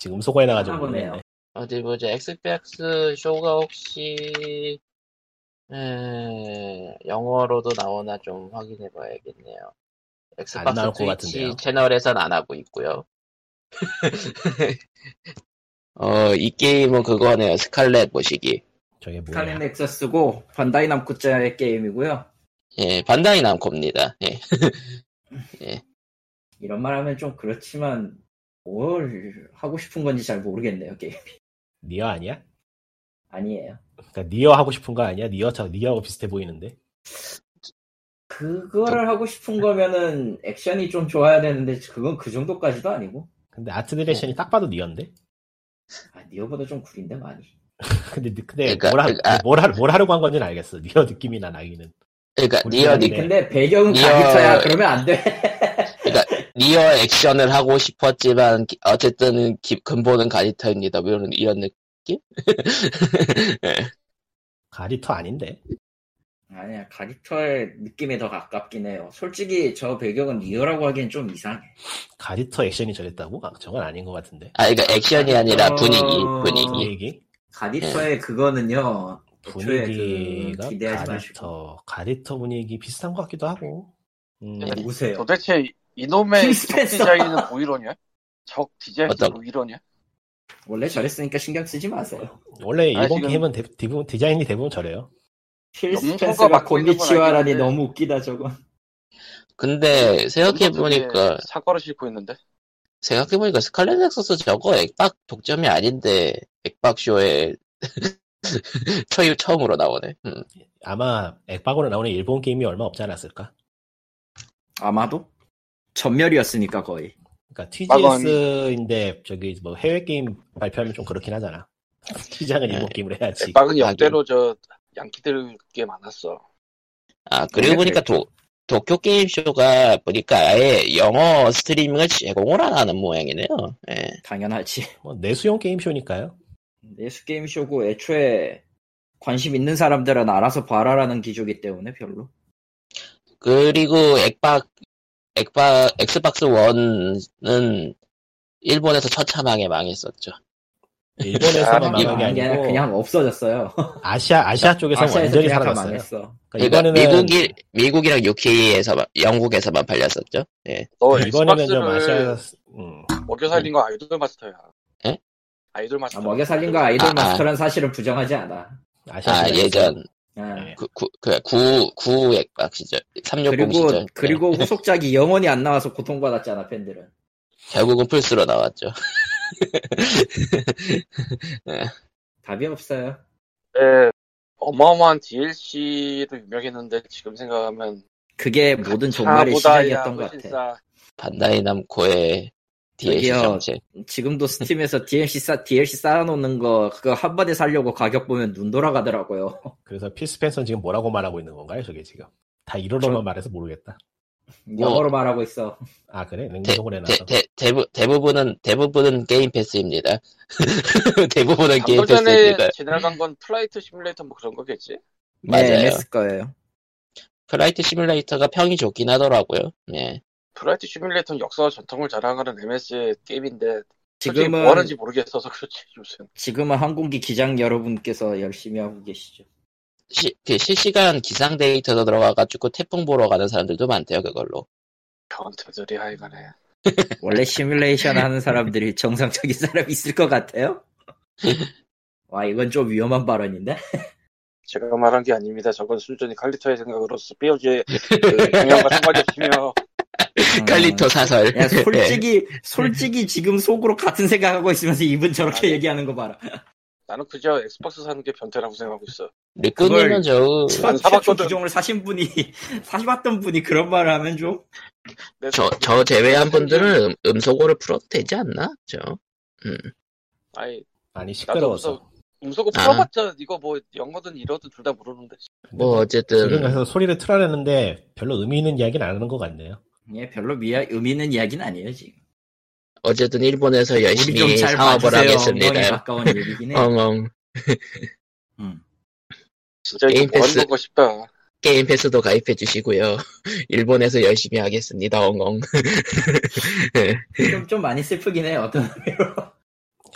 지금 소거해 나가지고
하나 보네요.
모르겠네.
어디 보자. 엑스박스 쇼가 혹시 에, 영어로도 나오나 좀 확인해 봐야겠네요.
안 나올
엑스박스
것
트위치
같은데요.
채널에선 안 하고 있고요. 어, 이 게임은 그거네요. 스칼렛 보시기.
저게 뭐야?
스칼렛 넥서스고 반다이 남코자의 게임이고요.
예, 반다이 남코입니다. 예.
이런 말 하면 좀 그렇지만 뭘 하고 싶은 건지 잘 모르겠네요 게임
니어 아니야?
아니에요
그러니까 니어 하고 싶은 거 아니야? 니어 저 니어하고 비슷해 보이는데.
그거를 하고 싶은 거면은 액션이 좀 좋아야 되는데 그건 그 정도까지도 아니고
근데 아트 디렉션이 딱 봐도 니어인데.
아 니어보다 좀 구린데 많이
근데 근데
그러니까,
뭘, 하,
그러니까, 아.
뭘, 하, 뭘 하려고 한 건지는 알겠어. 니어 느낌이나 나기는.
그러니까
우리
니어
네.
근데 배경은
니어-
가기차야 그러면 안돼
니어 액션을 하고 싶었지만 기- 어쨌든 기- 근본은 가리타입니다. 뭐 이런 이런 느낌.
가리터 아닌데.
아니야 가기철 느낌에 더 가깝긴 해요 솔직히 저 배경은 니어라고 하기엔 좀 이상해
가리터 액션이 저랬다고? 아, 저건 아닌 것 같은데.
아, 그러니까 액션이 아니라
어,
분위기, 분위기.
분위기
네.
가디터의 그거는요 애초에
분위기가
그 기대하지 마시고
가리터 가리터 분위기 비슷한 것 같기도 하고. 음,
네.
누구세요?
도대체 이놈의
필수
적
했어.
디자인은 뭐 이러냐? 적 디자인은
어떤-
뭐 이러냐?
원래 저랬으니까 신경 쓰지 마세요
원래
아,
이번
지금-
게임은 대, 부분 디자인이 대부분 저래요.
필
염소가
스펜스가
맡고 있는 건
곤니치와라니
알겠는데.
너무 웃기다 저거
근데 생각해 보니까
사과를 싣고 있는데
생각해 보니까 스칼렛 넥서스 저거 액박 독점이 아닌데 액박 쇼에 처음 처음으로 나오네. 음.
아마 액박으로 나오는 일본 게임이 얼마 없지 않았을까?
아마도 전멸이었으니까 거의
그러니까
막은-
TGS인데 저기 뭐 해외 게임 발표하면 좀 그렇긴 하잖아. 시장은
네.
일본 게임으로 해야지.
앱박은 역대로 저 양키들 꽤 많았어.
아 그리고
네,
보니까
네.
도 도쿄 게임 쇼가 보니까 아예 영어 스트리밍을 제공을 안 하는 모양이네요. 예.
당연하지
뭐 내수용 게임 쇼니까요.
내수 게임 쇼고 애초에 관심 있는 사람들은 알아서 봐라라는 기조기 때문에 별로
그리고 액박 액박 엑스박스 원은 일본에서 처참하게 망했었죠.
아, 일본에서만
아,
사람이
망한
많은
게
게 아니라
아니고
그냥 없어졌어요.
아시아 아시아 쪽에서
아시아에서
완전히
그냥 다
사라졌어요.
망했어.
그러니까
이번에는
미국이 미국이랑 UK에서만 영국에서만 팔렸었죠. 예.
너
네, 이번에는 좀 아시아
엑스박스를
음,
먹여 살린 거 아이돌 마스터야.
에?
아이돌 마스터.
아, 먹여 살린 거 아이돌
아, 아.
마스터란 사실을 부정하지 않아.
아시아
아
시장에서.
예전 네.
예.
그구구 액박 시절 360
그리고
시절. 예.
그리고 후속작이 영원히 안 나와서 고통받았잖아 팬들은.
결국은 플스로 나왔죠.
답이 없어요.
예. 어마어마한 DLC로 유명했는데 지금 생각하면
그게 모든 종말의
가보다야
시작이었던 것
훨씬
같아.
싸.
반다이 남코의 DLC
저기요.
정책.
지금도 스팀에서 DLC 쌓 DLC 쌓아놓는 거 그거 한 번에 살려고 가격 보면 눈 돌아가더라고요.
그래서 필스펜서는 지금 뭐라고 말하고 있는 건가요? 저게 지금 다 이러로만 말해서 모르겠다.
영어로 말하고 있어.
아 그래 냉동을 해놔서
어.
대, 대, 대부, 대부분은 대부분은 게임 패스입니다.
아,
그러니까
대부분은 게임
방금 전에
패스입니다.
지나간 건 플라이트 시뮬레이터 뭐 그런 거겠지?
맞아요.
네, MS 거예요.
플라이트 시뮬레이터가 평이 좋긴 하더라고요. 예.
플라이트 시뮬레이터는 역사와 전통을 자랑하는 MS의 게임인데 솔직히
지금은
뭐 하는지 모르겠어서 그렇지 요새.
지금은 항공기 기장 여러분께서 열심히 하고 계시죠.
시, 그 실시간 기상 데이터도 들어가가지고 태풍 보러 가는 사람들도 많대요 그걸로.
변태들이 하여간에
원래 시뮬레이션 하는 사람들이 정상적인 사람이 있을 것 같아요? 와 이건 좀 위험한 발언인데?
제가 말한 게 아닙니다. 저건 순전히 칼리터의 생각으로서 삐어지의 중요한과 상관이 없으며
칼리토 사설.
음. 야
예.
솔직히 솔직히 지금 속으로 같은 생각하고 있으면서 이분 저렇게
아니.
얘기하는 거 봐라.
나는 그저 엑스박스 사는 게 변태라고 생각하고 있어.
리꾸님은
그걸-
저
첫 아, 최초
사봤거든.
기종을 사신 분이 사봤던 분이 그런 말을 하면 좀
내
저,
생각에-
저 제외한 분들은 음, 소고를 풀어도 되지 않나? 저.
아니
많이
나도
시끄러워서
음소 음소거
아.
풀어봤자 이거 뭐 영어든 이러든 둘 다 모르는데
음.
뭐
지금
어쨌든
가서 소리를 틀어내는데 별로 의미 있는 이야기는 안 하는 것 같네요.
예, 별로 미야, 의미 있는 이야기는 아니에요 지금.
어쨌든 일본에서
우리 좀
열심히
잘
사업을
봐주세요. 엉덩이
하겠습니다.
가까운 네. 얘기긴 해.
엉엉
음.
진짜 이거
게임
뭐
패스.
하는 거 싶다.
게임 패스도 가입해 주시고요. 일본에서 열심히 하겠습니다. 엉엉.
좀, 좀 많이 슬프긴 해 어떤 의미로.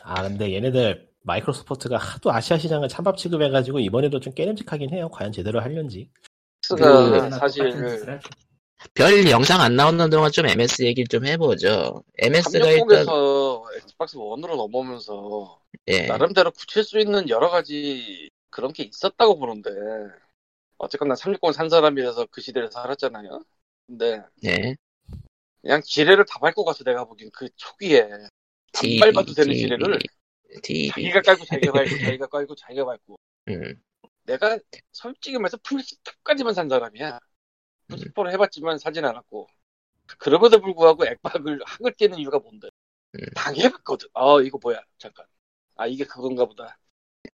아 근데 얘네들 마이크로소프트가 하도 아시아 시장을 찬밥 취급해가지고 이번에도 좀 깨름직하긴 해요. 과연 제대로 하려는지.
그
스가
언제나 똑같은 짓을
그 사실
하죠.
별 영상 안 나오는 동안 좀 MS 얘기를 좀 해보죠. MS가 일단
삼성에서 엑스박스 1으로 넘어오면서
예.
나름대로 굳힐 수 있는 여러 가지 그런 게 있었다고 보는데 어쨌거나 360을 산 사람이라서 그 시대를 살았잖아요. 근데
예.
그냥 지뢰를 다 밟고 가서 내가 보기엔 그 초기에
TV,
안 밟아도 되는
TV.
지뢰를
TV.
자기가 깔고 자기가 밟고 자기가 깔고 자기가 밟고
음.
내가 솔직히 말해서 플스2까지만 산 사람이야. 플스4를 해봤지만 사진 않았고 그럼에도 불구하고 액박을 학을 깨는 이유가 뭔데
음.
당해봤거든. 아 이거 뭐야 잠깐 아 이게 그건가 보다.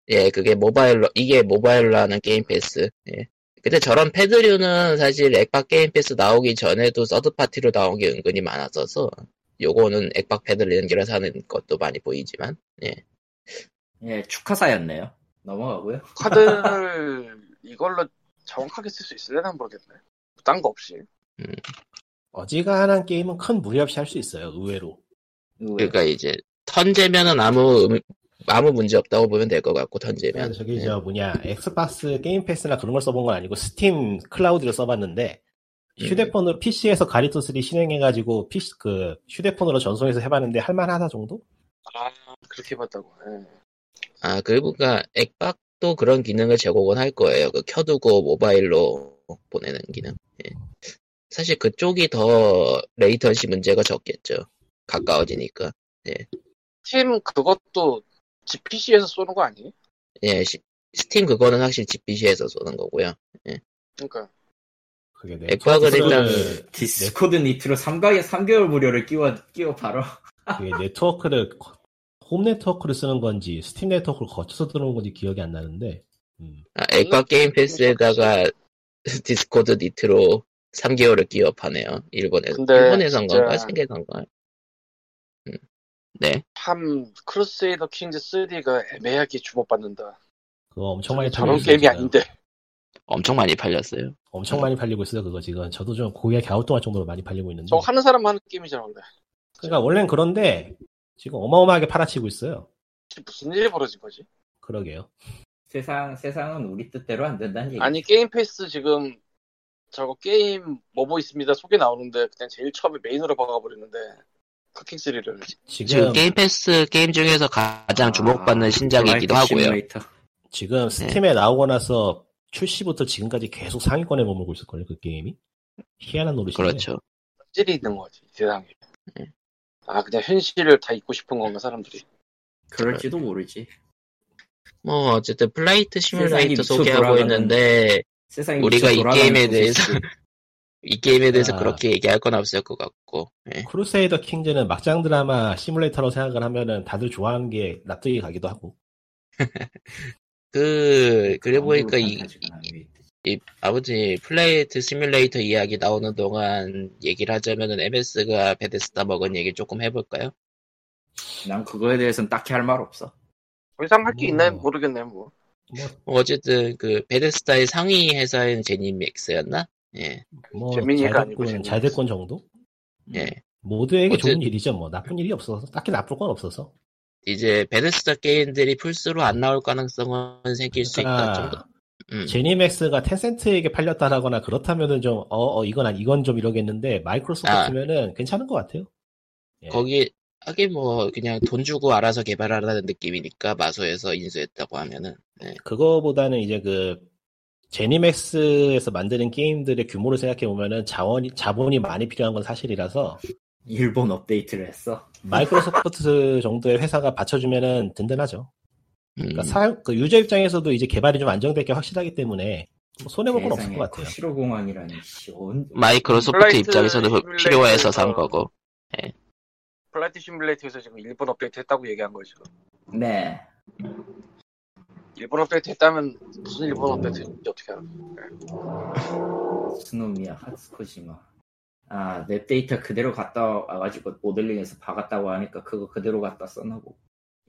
예, 그게 모바일로 이게 모바일로 하는 게임 패스. 예. 근데 저런 패드류는 사실 액박 게임 패스 나오기 전에도 서드 파티로 나온 게 은근히 많았어서 요거는 액박 패드를 연결해서 하는 것도 많이 보이지만
예, 축하사였네요. 넘어가고요.
카드를 이걸로 정확하게 쓸 수 있을려나 모르겠네. 딴 거 없이.
어지간한 게임은 큰 무리 없이 할 수 있어요. 의외로.
의외로.
그러니까 이제 턴제면은 아무 음- 아무 문제 없다고 보면 될 것 같고
네,
턴제면.
네, 저기
예.
저 뭐냐 엑스박스 게임 패스나 그런 걸 써본 건 아니고 스팀 클라우드를 써봤는데
네.
휴대폰으로 PC에서 가리토 3 실행해가지고 PC 그 휴대폰으로 전송해서 해봤는데 할만하다 정도?
아 그렇게 봤다고. 예.
아, 그리고 그러니까 액박도 그런 기능을 제공은 할 거예요. 그 켜두고 모바일로 보내는 기능. 예. 사실 그쪽이 더 레이턴시 문제가 적겠죠. 가까워지니까.
팀 그것도 GPC에서 쏘는 거 아니?
예, 시- 스팀 그거는 확실히 GPC에서 쏘는 거고요.
그러니까
그게
액박은
네트워크를-
일단은
디스코드 니트로 3가, 3개월 무료를 끼워, 끼워 바로.
그게 네트워크를 거- 홈 네트워크를 쓰는 건지 스팀 네트워크를 거쳐서 들어온 건지 기억이 안 나는데 음.
아, 액박 게임 패스에다가 디스코드 니트로 3개월을 끼워 파네요. 일본에서.
근데
일본에서 한 건가요?
진짜-
세계에서 한 건가요? 음. 네.
참 크루세이더 킹즈 3가 애매하게 주목받는다.
그거 엄청 많이 팔리고
저런
있어요. 네.
게임이
지금.
아닌데.
엄청 많이 팔렸어요.
엄청 많이 팔리고 있어요 그거 지금. 저도 좀 고개 갸우뚱할 정도로 많이 팔리고 있는데.
저거 하는 사람 하는 게임이잖아 원래.
그러니까 원래는 그런데 지금 어마어마하게 팔아치고 있어요.
지금 무슨 일이 벌어진 거지?
그러게요.
세상 세상은 우리 뜻대로 안 된다는
네.
얘기.
아니 게임 패스 지금 저거 게임 뭐뭐 있습니다 속에 나오는데 그냥 제일 처음에 메인으로 박아버리는데 쿠킹 3를
지금
뭐
지금
게임 패스 게임 중에서 가장 주목받는 신작이기도
드라이브
하고요.
아, 시뮬레이터.
네.
지금 스팀에 나오고 나서 출시부터 지금까지 계속 상위권에 머물고 있을걸요, 그 게임이? 희한한 노릇이네.
그렇죠.
찔이 있는 거지 이 세상에
네.
아 그냥 현실을 다 잊고 싶은 건가 사람들이
그럴지도 모르지.
뭐 어쨌든 플라이트
세상이
시뮬레이터
미쳐
소개하고
돌아가는-
있는데
세상이
우리가
미쳐
이
돌아가는
게임에
곳에
대해서-
있지.
이 게임에 대해서
아.
그렇게 얘기할 건 없을 것 같고. 예.
크루세이더 킹즈는 막장 드라마 시뮬레이터로 생각을 하면은 다들 좋아하는 게 납득이 가기도 하고.
그 그래 보니까 이,
판타지가 안 돼.
이 아버지 플레이트 시뮬레이터 이야기 나오는 동안 얘기를 하자면은 MS가 베데스다 먹은 얘기 조금 해볼까요?
난 그거에 대해서는 딱히 할 말 없어.
더 이상 할 게
음.
있나 모르겠네 뭐
어쨌든 그 베데스다의 상위 회사인 제니맥스였나? 예,
뭐,
재민이가
잘
아니고
됐건,
재민.
잘 됐건 정도? 음.
예.
모두에게
어째-
좋은 일이죠, 뭐. 나쁜 일이 없어서. 딱히 나쁠 건 없어서.
이제 베데스다 게임들이 플스로 안 나올 가능성은 생길 수
아.
있다 정도. 음.
제니맥스가 텐센트에게 팔렸다라거나 그렇다면은 좀, 어, 어, 이건, 아니, 이건 좀 이러겠는데,
아.
마이크로소프트면은 괜찮은 것 같아요. 예.
거기 하긴 뭐 그냥 돈 주고 알아서 개발하라는 느낌이니까 마소에서 인수했다고 하면은 네.
그거보다는 이제 그, 제니맥스에서 만드는 게임들의 규모를 생각해보면은 자원이, 자본이 많이 필요한 건 사실이라서,
일본 업데이트를 했어.
마이크로소프트 정도의 회사가 받쳐주면은 든든하죠.
음,
그러니까 사용, 그 유저 입장에서도 이제 개발이 좀 안정될 게 확실하기 때문에, 뭐 손해볼 건 없을
세상에
것 같아요.
코시로 공항이라니 씨, 언-
마이크로소프트
플라이트
입장에서도 그-
시뮬레이터에서-
필요해서 산 거고
플라이트 시뮬레이터에서 지금 일본 업데이트 했다고 얘기한 거지 지금.
네.
일본 업데이트 했다면 무슨 일본 업데이트 했는지 어떻게 알아
스노미야 하츠코지마. 아, 웹데이터 그대로 갔다 와가지고 모델링해서 박았다고 하니까 그거 그대로 갖다 썼나 보고.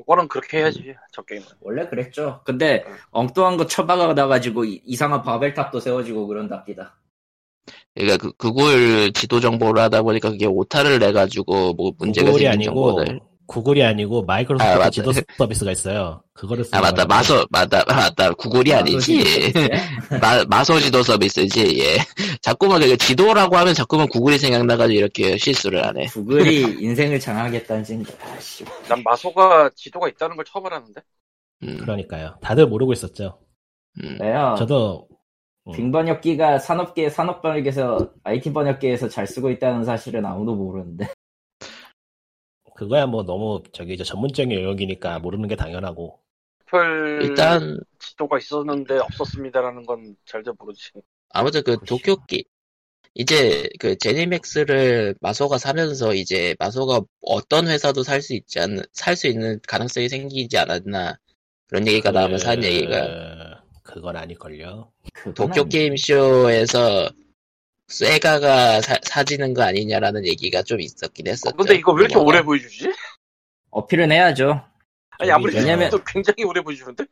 이거는 그렇게 해야지 저 게임은
원래 그랬죠. 근데 엉뚱한 거 쳐박아가지고 이- 이상한 바벨탑도 세워지고 그런답니다.
그러니까 그 구글 지도 정보를 하다 보니까 그게 오타를 내 가지고 뭐 문제가
구글이
생긴
아니고
정보들
구글이 아니고
아,
마이크로소프트
맞다.
지도 서비스가 있어요. 그거를 쓰는
아 맞다
거라고.
마소 맞다 맞다 구글이 아니지 마, 마소 지도 서비스지 예 자꾸만 그 지도라고 하면 자꾸만 구글이 생각나가지고 이렇게 실수를 하네
구글이 인생을 장악했다는 생각. 아씨.
난 마소가 지도가 있다는 걸 처음 알았는데
음,
그러니까요. 다들 모르고 있었죠.
음.
왜요?
저도 음,
빙번역기가 산업계, 산업번역에서 IT 번역계에서 잘 쓰고 있다는 사실은 아무도 모르는데.
그거야 뭐 너무 저기 이제 전문적인 영역이니까 모르는 게 당연하고
별
일단
지도가 있었는데 없었습니다라는 건 잘도 모르지 어,
아무튼 그
그렇죠.
도쿄기 이제 그 제니맥스를 마소가 사면서 이제 마소가 어떤 회사도 살 수 있지 않 살 수 있는 가능성이 생기지 않았나 그런 얘기가
그러니까
나오면서 한 얘기가
예, 그건 아닐걸요.
그건
도쿄
아니-
게임 쇼에서 세가가 사, 사지는 거 아니냐라는 얘기가 좀 있었긴 했었죠.
어, 근데 이거 왜 이렇게
뭐가.
오래 보여주지?
어필은 해야죠.
아니 아무리
저기
왜냐면-
생각해도 굉장히 오래 보여주는데?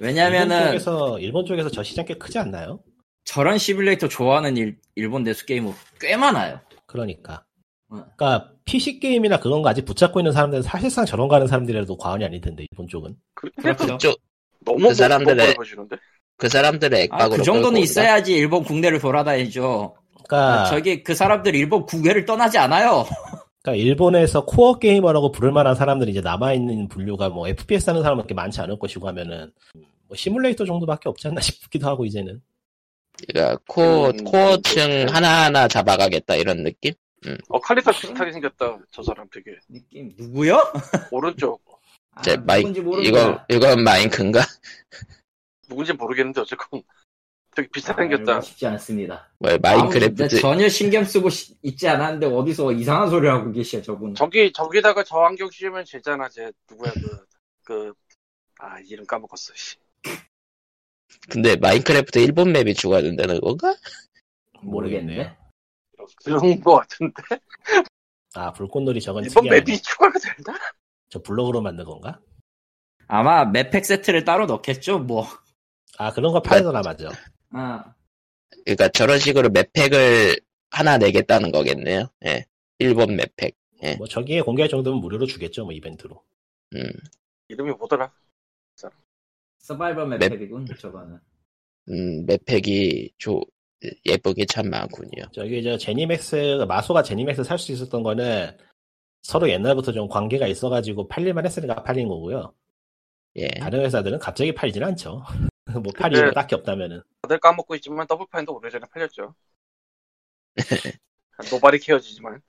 일본
왜냐면은
쪽에서 일본 쪽에서 저 시장 꽤 크지 않나요?
저런 시뮬레이터 좋아하는 일, 일본 내수 게이머 꽤 많아요.
그러니까.
응.
그러니까 PC 게임이나 그런 거 아직 붙잡고 있는 사람들은 사실상 저런 거 하는 사람들이라도 과언이 아닐 텐데 일본 쪽은.
근데
그렇죠.
그쪽
너무
그 사람들의-
오래 보여주는데?
그 사람들의 액박으로
아, 그
끌고
정도는
온다.
있어야지 일본 국내를 돌아다니죠.
그러니까,
저기 그 사람들 일본 국외를 떠나지 않아요.
그러니까 일본에서 코어 게이머라고 부를 만한 사람들이 이제 남아 있는 분류가 뭐 FPS 하는 사람밖에 많지 않을 것이고 하면은 뭐 시뮬레이터 정도밖에 없지 않나 싶기도 하고 이제는.
그러니까 코어
음,
코어층
음.
하나하나 잡아가겠다 이런 느낌?
어 칼리타 비슷하게 생겼다 저 사람 되게
느낌 누구요? 아,
오른쪽
이제 마이
누군지 모르겠다.
이거 이건 마인크인가?
누군지 모르겠는데 어쨌건 되게
아,
비슷하게 생겼다
쉽지 않습니다.
뭐
아무튼 네,
마인크래프트
전혀 신경 쓰고 시- 있지 않았는데 어디서 이상한 소리 하고 계시야 저분.
저기 저기다가 저 안경 씌우면 쟤잖아 쟤 누구야 그, 그그아 이름 까먹었어 씨.
근데 마인크래프트 일본 맵이 추가된다는 건가?
모르겠네.
그런 거 같은데
아 불꽃놀이 저건
일본
특이한
맵이 추가가 된다?
저 블로그로 만든 건가?
아마 맵팩 세트를 따로 넣겠죠. 뭐.
아 그런 거 팔에서 남았죠.
아,
그러니까 저런 식으로 맵팩을 하나 내겠다는 거겠네요. 예. 일본 맵팩. 예.
뭐 저기에 공개할 정도면 무료로 주겠죠, 뭐 이벤트로.
음,
이름이 뭐더라?
서바이벌
맵.
맵팩이군 저거는.
음, 맵팩이 조, 예쁘게 참 많군요.
저기 저 제니맥스 마소가 제니맥스 살 수 있었던 거는 서로 옛날부터 좀 관계가 있어가지고 팔릴만 했으니까 팔린 거고요.
예.
다른 회사들은 갑자기 팔진 않죠. 뭐 팔 이유가 딱히 없다면은.
다들 까먹고 있지만 더블파인도 오래전에 팔렸죠. 노바리 케어지지만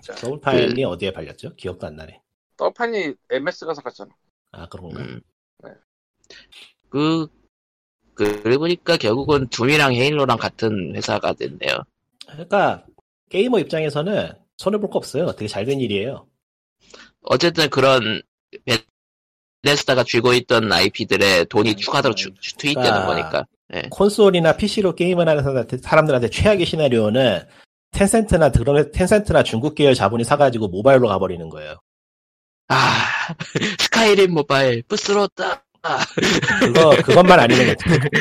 자,
더블파일이 어디에 팔렸죠? 기억도 안 나네.
더블파인이 MS 가서 갔잖아.
아 그런가?
음.
네.
그, 그러고 보니까 결국은 둠이랑 헤일로랑 같은 회사가 됐네요.
그러니까 게이머 입장에서는 손해 볼 거 없어요. 되게 잘 된 일이에요.
어쨌든 그런 베- 베데스다가 쥐고 있던 IP들의 돈이
음,
추가로
음.
주- 주- 투입되는
그러니까
거니까.
콘솔이나 PC로 게임을 하는 사람한테- 사람들한테 최악의 시나리오는 텐센트나 그런 회- 텐센트나 중국 계열 자본이 사가지고 모바일로 가버리는 거예요.
아, 스카이림 모바일, 부스러웠다.
그거 그것만 아니면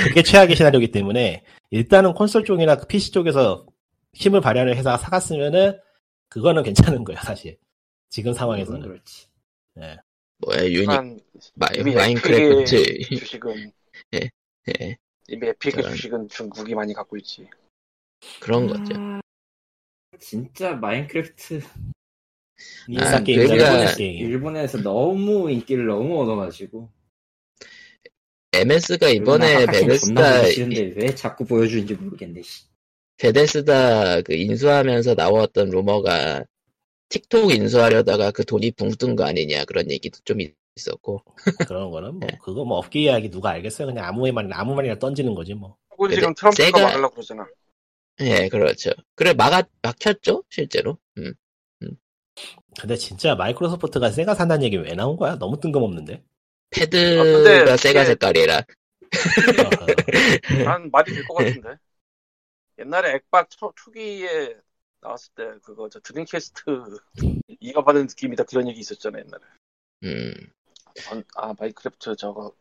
그게 최악의 시나리오이기 때문에 일단은 콘솔 쪽이나 PC 쪽에서 힘을 발휘하는 회사가 사갔으면은 그거는 괜찮은 거예요 사실 지금
음,
상황에서는
그렇지.
뭐야, 유니,
하지만
마,
그러니까 이미
마인크래프트.
에픽의 주식은
예,
이미 에픽의
저런.
주식은 중국이 많이 갖고 있지.
그런 거죠.
음. 아, 진짜 마인크래프트
인싸
아,
게임이나
그러니까-
콘솔 게임
일본에서 너무 인기를 너무 얻어가지고
MS가
음, 아,
이번에 베데스다,
싫은데 왜 자꾸 보여주는지 모르겠네. 씨.
베데스다 그 인수하면서 나왔던 루머가 틱톡 인수하려다가 그 돈이 붕 뜬 거 아니냐 그런 얘기도 좀 있었고.
그런 거는 뭐 그거 뭐 업계 이야기 누가 알겠어요 그냥 아무 말이 아무 말이나 던지는 거지 뭐
혹은
근데
지금 트럼프가
세가-
말하려고 그러잖아.
예, 그렇죠. 그래, 막아, 막혔죠, 실제로. 음.
근데 진짜 마이크로소프트가 세가 산다는 얘기 왜 나온 거야 너무 뜬금없는데
아, 근데
패드가
그게-
세가 색깔이라.
어,
난 말이 될 것 같은데. 옛날에 액박 초, 초기에 나왔을 때 그거 저 드림캐스트 이가 받은 느낌이다 그런 얘기 있었잖아 옛날에.
음.
전- 아 마이크래프트 저거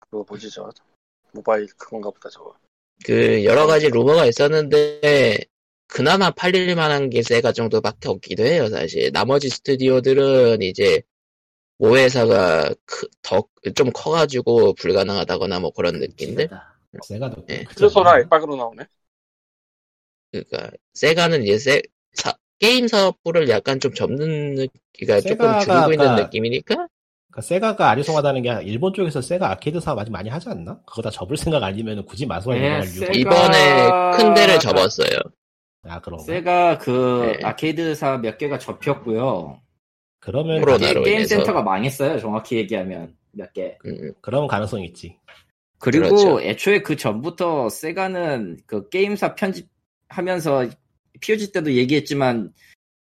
그거 뭐지 저 모바일 그건가 보다 저거.
그 여러 가지 루머가 있었는데 그나마 팔릴 만한 게 세가 정도밖에 없기도 해요 사실 나머지 스튜디오들은 이제 모회사가 더 좀 커가지고 불가능하다거나 뭐 그런 느낌들
미치겠다.
그러니까 세가 더
예.
크죠.
그래서라 액박으로 나오네.
그러니까 세가는 이제 세 사- 게임 사업부를 약간 좀 접는 느낌 그러니까 조금
세가가
줄이고 있는
아까
느낌이니까
그러니까 세가가 아리송하다는 게 일본 쪽에서 세가 아케이드 사업 아직 많이 하지 않나? 그거 다 접을 생각 아니면 굳이 마소가
예,
유명할
세가-
이유가 없-
이번에 큰 데를 접었어요
아 그런가?
세가 그
네.
아케이드사 몇 개가 접혔고요.
그러면
코로나로
게- 게임
인해서.
센터가 망했어요. 정확히 얘기하면 몇 개.
음,
그런 가능성이 있지.
그리고
그렇죠.
애초에 그 전부터 세가는 그 게임사 편집하면서 POG 때도 얘기했지만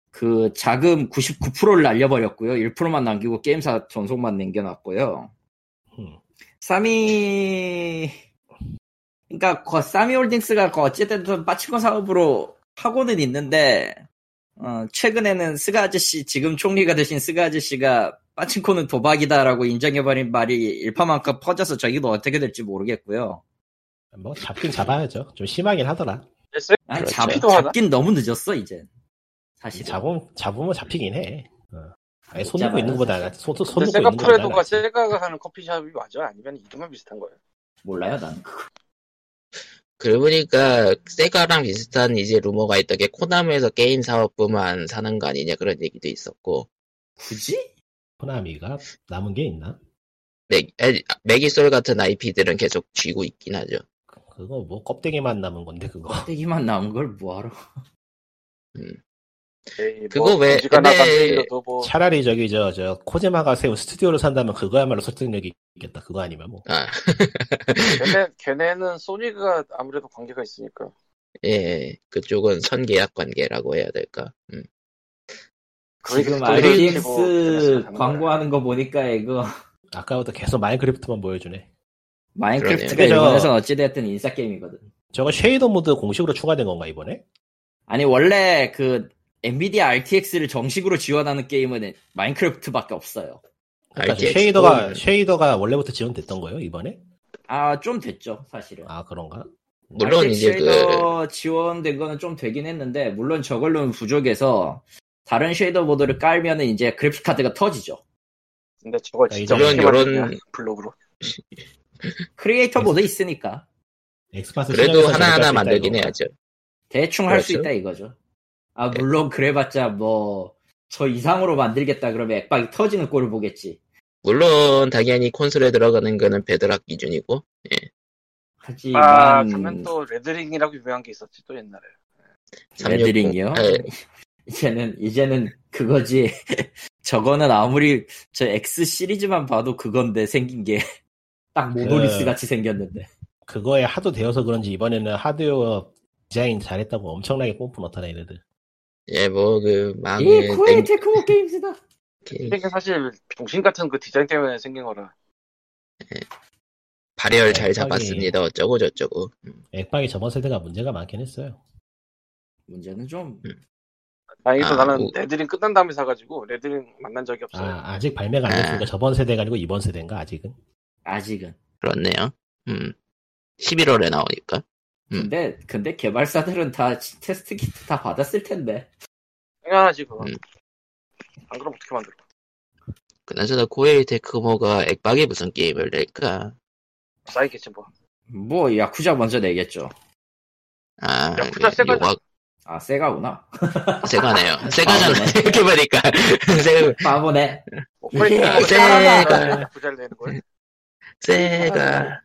그 자금 99%를 날려버렸고요. 1%만 남기고 게임사 전속만 남겨놨고요.
음.
싸미 그러니까 그 싸미 홀딩스가 그 어쨌든 빠치고 사업으로 하고는 있는데 어, 최근에는 스가 아저씨 지금 총리가 되신 스가 아저씨가 빠친코는 도박이다라고 인정해버린 말이 일파만큼 퍼져서 저기도 어떻게 될지 모르겠고요.
뭐 잡긴 잡아야죠. 좀 심하긴 하더라.
아니,
그렇죠.
잡,
시도 하나?
잡긴 너무 늦었어 이제 사실.
뭐.
잡으면 잡으면 잡히긴 해. 어. 아니, 손
잡아요,
놓고 있는 거보다
사실.
나- 손, 손
근데
놓고
세가
있는 거보다
프레도가
낫지.
세가가 하는 커피숍이 맞아? 아니면 이름만 비슷한 거예요?
몰라요 난. 그거.
그러고 보니까 세가랑 비슷한 이제 루머가 있던 게 코나미에서 게임 사업부만 사는 거 아니냐 그런 얘기도 있었고
굳이?
코나미가 남은 게 있나?
맥, 에, 맥이솔 같은 IP들은 계속 쥐고 있긴 하죠.
그거 뭐 껍데기만 남은 건데 그거.
떼기만 나온 걸 뭐하러?
에이,
그거
뭐
왜-
지가 나간
근데-
데일러도 뭐
차라리 저기 저 저 코제마가 세운 스튜디오를 산다면 그거야말로 설득력이 있겠다. 그거 아니면 뭐.
아,
걔네 걔네는 소니가 아무래도 관계가 있으니까.
예, 그쪽은 선계약 관계라고 해야 될까. 음.
지금
그러니까 소니를 치고
RTX
그랬으면 가는 거야.
광고하는 거 보니까 이거
아까부터 계속 마인크래프트만 보여주네.
마인크래프트가
그러네요.
일본에서 어찌됐든 인싸 게임이거든.
저거 쉐이더 모드 공식으로 추가된 건가 이번에?
아니 원래 그 엔비디아 RTX를 정식으로 지원하는 게임은 마인크래프트밖에 없어요.
그러니까 저
RTX
쉐이더가
도-
쉐이더가 원래부터 지원됐던 거예요 이번에?
아 좀 됐죠 사실은.
아 그런가?
물론
RTX
이제 그
쉐이더 지원된 거는 좀 되긴 했는데 물론 저걸로는 부족해서 다른 쉐이더 보드를 깔면은 이제 그래픽 카드가 터지죠.
근데 저거 진짜
이런-
어떻게 만드냐,
이런-
블로그로
크리에이터
그렇죠.
보드 있으니까
엑스박스
그래도
시장에서 저렴할 수
하나하나
있다,
만들긴
이거.
해야죠.
대충 할 수
그렇죠. 네.
있다 이거죠. 아 물론 그래봤자 뭐 저 이상으로 만들겠다 그러면 액박이 터지는 꼴을 보겠지.
물론 당연히 콘솔에 들어가는 거는 배드락 기준이고
하지만
아 가면 또 레드링이라고 유명한 게 있었지 또 옛날에
레드링이요?
네.
이제는 이제는 그거지. 저거는 아무리 저 X 시리즈만 봐도 그건데 생긴 게 딱 모노리스
네.
그-
같이 생겼는데.
그거에 하도 되어서 그런지 이번에는 하드웨어 디자인 잘했다고 엄청나게 뽐뿌 넣더라 얘네들
예, 뭐 그
이
망을 예,
코에 테크모 게임즈다.
땡
이게 사실 병신 같은 그 디자인 때문에 생긴 거라
발열 잘
네,
잡았습니다. 어쩌고 저쩌고. 음.
액박이 저번 세대가 문제가 많긴 했어요
문제는 좀
다행히도
아,
나는
뭐-
레드링 끝난 다음에 사가지고 레드링 만난 적이
네.
없어요
아, 아직 발매가 안 됐으니까 저번 세대가 아니고 이번 세대인가 아직은
어,
아직은.
그렇네요. 음. 11월에 나오니까. 음.
근데 근데 개발사들은 다 치- 테스트 키트 다 받았을 텐데.
당연하지 그거
음.
안 그럼 어떻게 만들어
그나저나 코에이 테크모가 액박에 무슨 게임을 낼까?
쌓이겠지 뭐
뭐 야쿠자 먼저 내겠죠.
아,
야, 쿠자 세가지-
아 세가구나.
네요 세가잖아.
아, 네.
생각해보니까. 세가,
바보네.
오퍼레이팅
예,
모드
세가.
뭐 따라하다가 부자를 내는 거야
세가.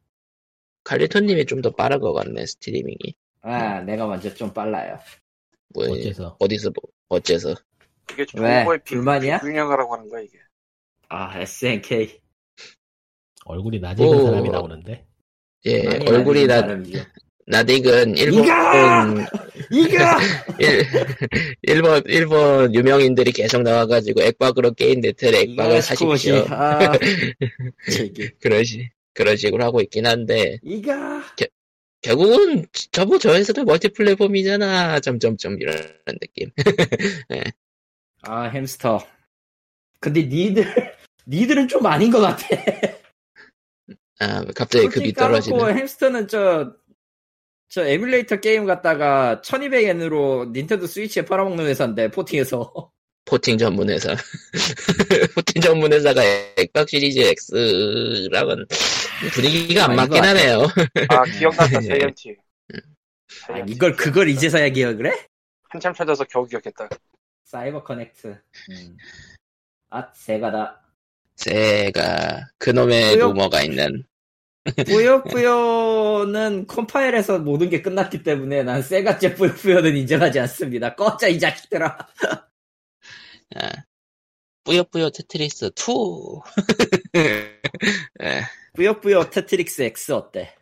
갈리토님이 좀 더 빠른 것 같네, 스트리밍이.
아 내가 먼저 좀 빨라요.
뭐,
어째서
어디서, 뭐, 어째서.
이게
왜?
정보의
불만이야?
불균형화라고 하는 거야 이게
아 SNK.
얼굴이 낮은
오.
사람이 나오는데
예,
많이
얼굴이
날리는
나,
사람이죠.
나딕은 일본, 음,
이가! 이가
일, 일본, 일본 유명인들이 계속 나와가지고 액박으로 게임 네트를 액박을 사십시오.
스쿼시. 아 저기
그런 식, 그런 식으로 하고 있긴 한데,
이가
결국은 저보 저에서도 멀티플랫폼이잖아. 점점점 이런 느낌.
아 햄스터 근데 니들 니들은 좀 아닌 것 같아
아, 갑자기 급이
솔직히 까놓고
떨어지는.
햄스터는 저 저 에뮬레이터 게임 갖다가 1200엔으로 닌텐도 스위치에 팔아먹는 회사인데 포팅에서
포팅 전문 회사. 포팅 전문 회사가 액박 시리즈 X랑은 분위기가 안
아닌
맞긴
것 같아.
하네요.
아 기억났다 JMT
아, 이걸 그걸 이제서야 기억을 해?
한참 찾아서 겨우 기억했다
사이버 커넥트 음. 아 세가다
제가 그놈의
뿌요?
루머가 있는
뿌요뿌요는 컴파일에서 모든 게 끝났기 때문에 난 세가째 뿌요뿌요는 인정하지 않습니다 꺼져 이 자식들아
아, 뿌요뿌요 테트리스 2. 예,
뿌요뿌요 테트릭스 X 어때?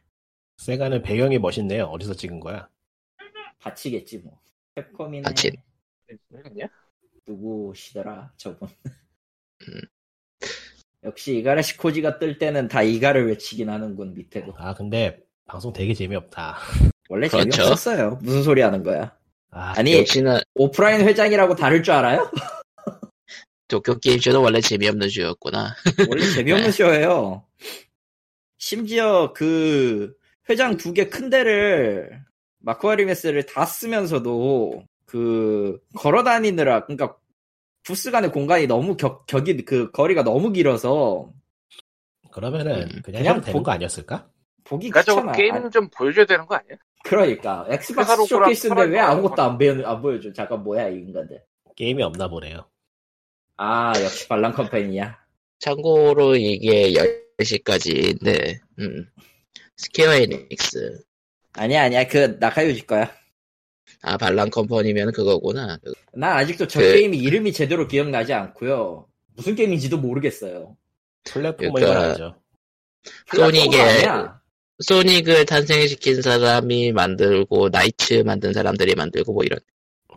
세가는 배경이 멋있네요 어디서 찍은 거야
다치겠지 뭐. 캡콤이네.
다친.
아니야?
누구시더라 저분.
음.
역시 이가라시 코지가 뜰 때는 다 이가를 외치긴 하는군 밑에도.
아 근데 방송 되게 재미없다
원래
그렇죠.
재미없었어요. 무슨 소리 하는 거야?
아,
아니
역시나
오프라인 회장이라고 다를 줄 알아요?
도쿄 게임쇼는 원래 재미없는 쇼였구나.
원래 재미없는 쇼예요. 심지어 그 회장 두 개 큰 데를 마쿠아리메스를 다 쓰면서도 그 걸어다니느라 그러니까 부스 간의 공간이 너무 격, 격이 그 거리가 너무 길어서
그러면은
음,
그냥
그냥
해도 되는
보-
거 아니었을까?
보기
그러니까
귀찮아.
저 게임은
아니,
좀 보여줘야 되는 거 아니야?
그러니까 엑스박스
회사로 꾸라-
쇼케이스인데 왜
꾸라-
아무것도 안, 보여, 안 보여줘? 잠깐 뭐야 이 인간들.
게임이 없나 보네요
아 역시 반란 컴퍼니야.
참고로 이게 10시까지인데, 네. 음. 스퀘어 에닉스.
아니야 아니야 그 나카요지 거야.
아, 발란 컴퍼니면 그거구나.
난 아직도 저
그-
게임이 이름이 제대로 기억나지 않고요. 무슨 게임인지도 모르겠어요.
플랫폼인 뭐
그러니까-
건 알죠
소닉의
아니야.
소닉을 탄생시킨 사람이 만들고 나이츠 만든 사람들이 만들고 뭐 이런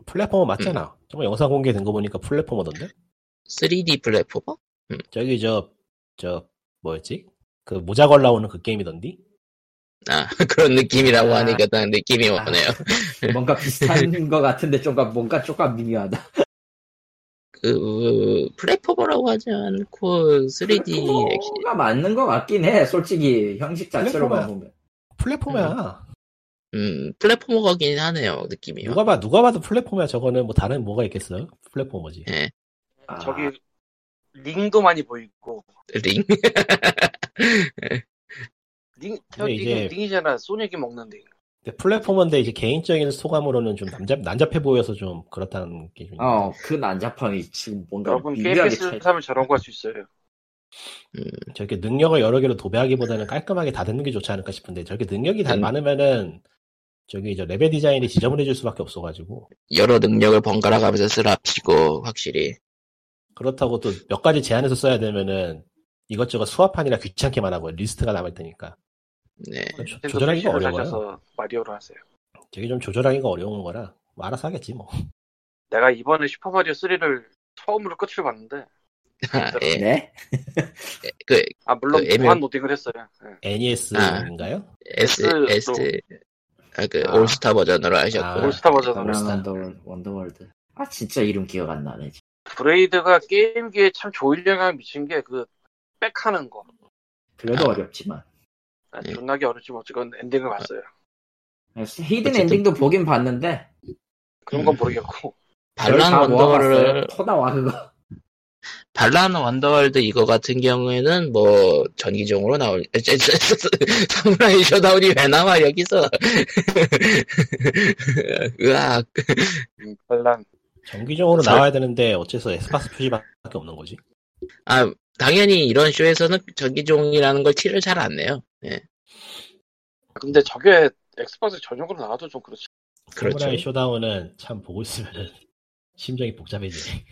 플랫폼은 맞잖아 정말 영상 공개된 거 보니까 플랫폼이던데
3D 플랫포머?
저기 저 저 뭐였지? 그 모자 걸나오는 그 게임이던디?
아 그런 느낌이라고
아.
하니까 딱 느낌이
아.
오네요.
뭔가 비슷한 것 같은데 좀가 뭔가 조금 미묘하다.
그 플랫포머라고 하지 않고
뭐,
3D 액션.
그거가 맞는 것 같긴 해. 솔직히 형식 자체로만
플랫폼이야.
보면
플랫폼이야
음, 플랫포머긴 하네요, 느낌이요.
누가 봐 누가 봐도 플랫폼이야 저거는 뭐 다른 뭐가 있겠어요? 플랫폼이지.
예,
아.
저기 링도 많이 보이고
링.
링
근데 이게-
이게 링이잖아 소닉이 먹는 링.
근데 플랫폼인데 이제 개인적인 소감으로는 좀 난잡 난잡해 보여서 좀 그렇다는 게 좀.
어, 그 난잡함이 지금 뭔가
여러분
그러니까 미묘하게 차이.
게임패스를 사면 저런 거 할 수 있어요.
저렇게 능력을 여러 개로 도배하기보다는 깔끔하게 다 듣는 게 좋지 않을까 싶은데 저렇게 능력이 다
음.
많으면은 저기 이제 레벨 디자인이 지저분해질 수밖에 없어가지고
여러 능력을 번갈아 가면서 쓰라 합치고, 확실히.
그렇다고 또 몇 가지 제안해서 써야 되면은 이것저것 수화판이라 귀찮게만 하고 리스트가 남을 테니까
네.
조- 조절하기가
를
어려워요.
하셔서 마리오로 하세요.
되게 좀 조절하기가 어려운 거라 뭐 알아서 하겠지 뭐.
내가 이번에 슈퍼 마리오 3를 처음으로 끝을 봤는데
아, 예.
네?
그,
아 물론
그 애매-
무한 노딩을 했어요. 예.
E NES인가요?
네.
S,
S로.
S, 아, 그,
아.
올스타 버전으로 하셨고.
아.
네. 올스타 버전으로
그런
그렇습니다.
원더월, 원더월드. 아, 진짜 이름 기억 안 나네.
브레이드가 게임기에 참 좋은 영향을 미친 게 그 백하는 거
그래도
아.
어렵지만.
아,
네.
존나게 어렵지만 어쨌건 엔딩을 봤어요.
네, 히든 그
어쨌든-
엔딩도 보긴 봤는데.
그런 건
음.
모르겠고
반란
별다 모아봤어요.
원더월드,
토다와 그거.
반란 원더월드 이거 같은 경우에는 뭐, 전기종으로 나올, 사무라이 셔다운이 왜 나와, 여기서. 으악.
음, 별난
정기적으로
잘-
나와야 되는데 어째서 에스파스 표지밖에 없는 거지?
아, 당연히 이런 쇼에서는 전기종이라는 걸 티를 잘 안 내요. 예,
근데 저게 엑스박스 전용으로 나와도 좀 그렇지.
그렇죠.
사무라이 쇼다운은 참 보고 있으면 심정이 복잡해지네.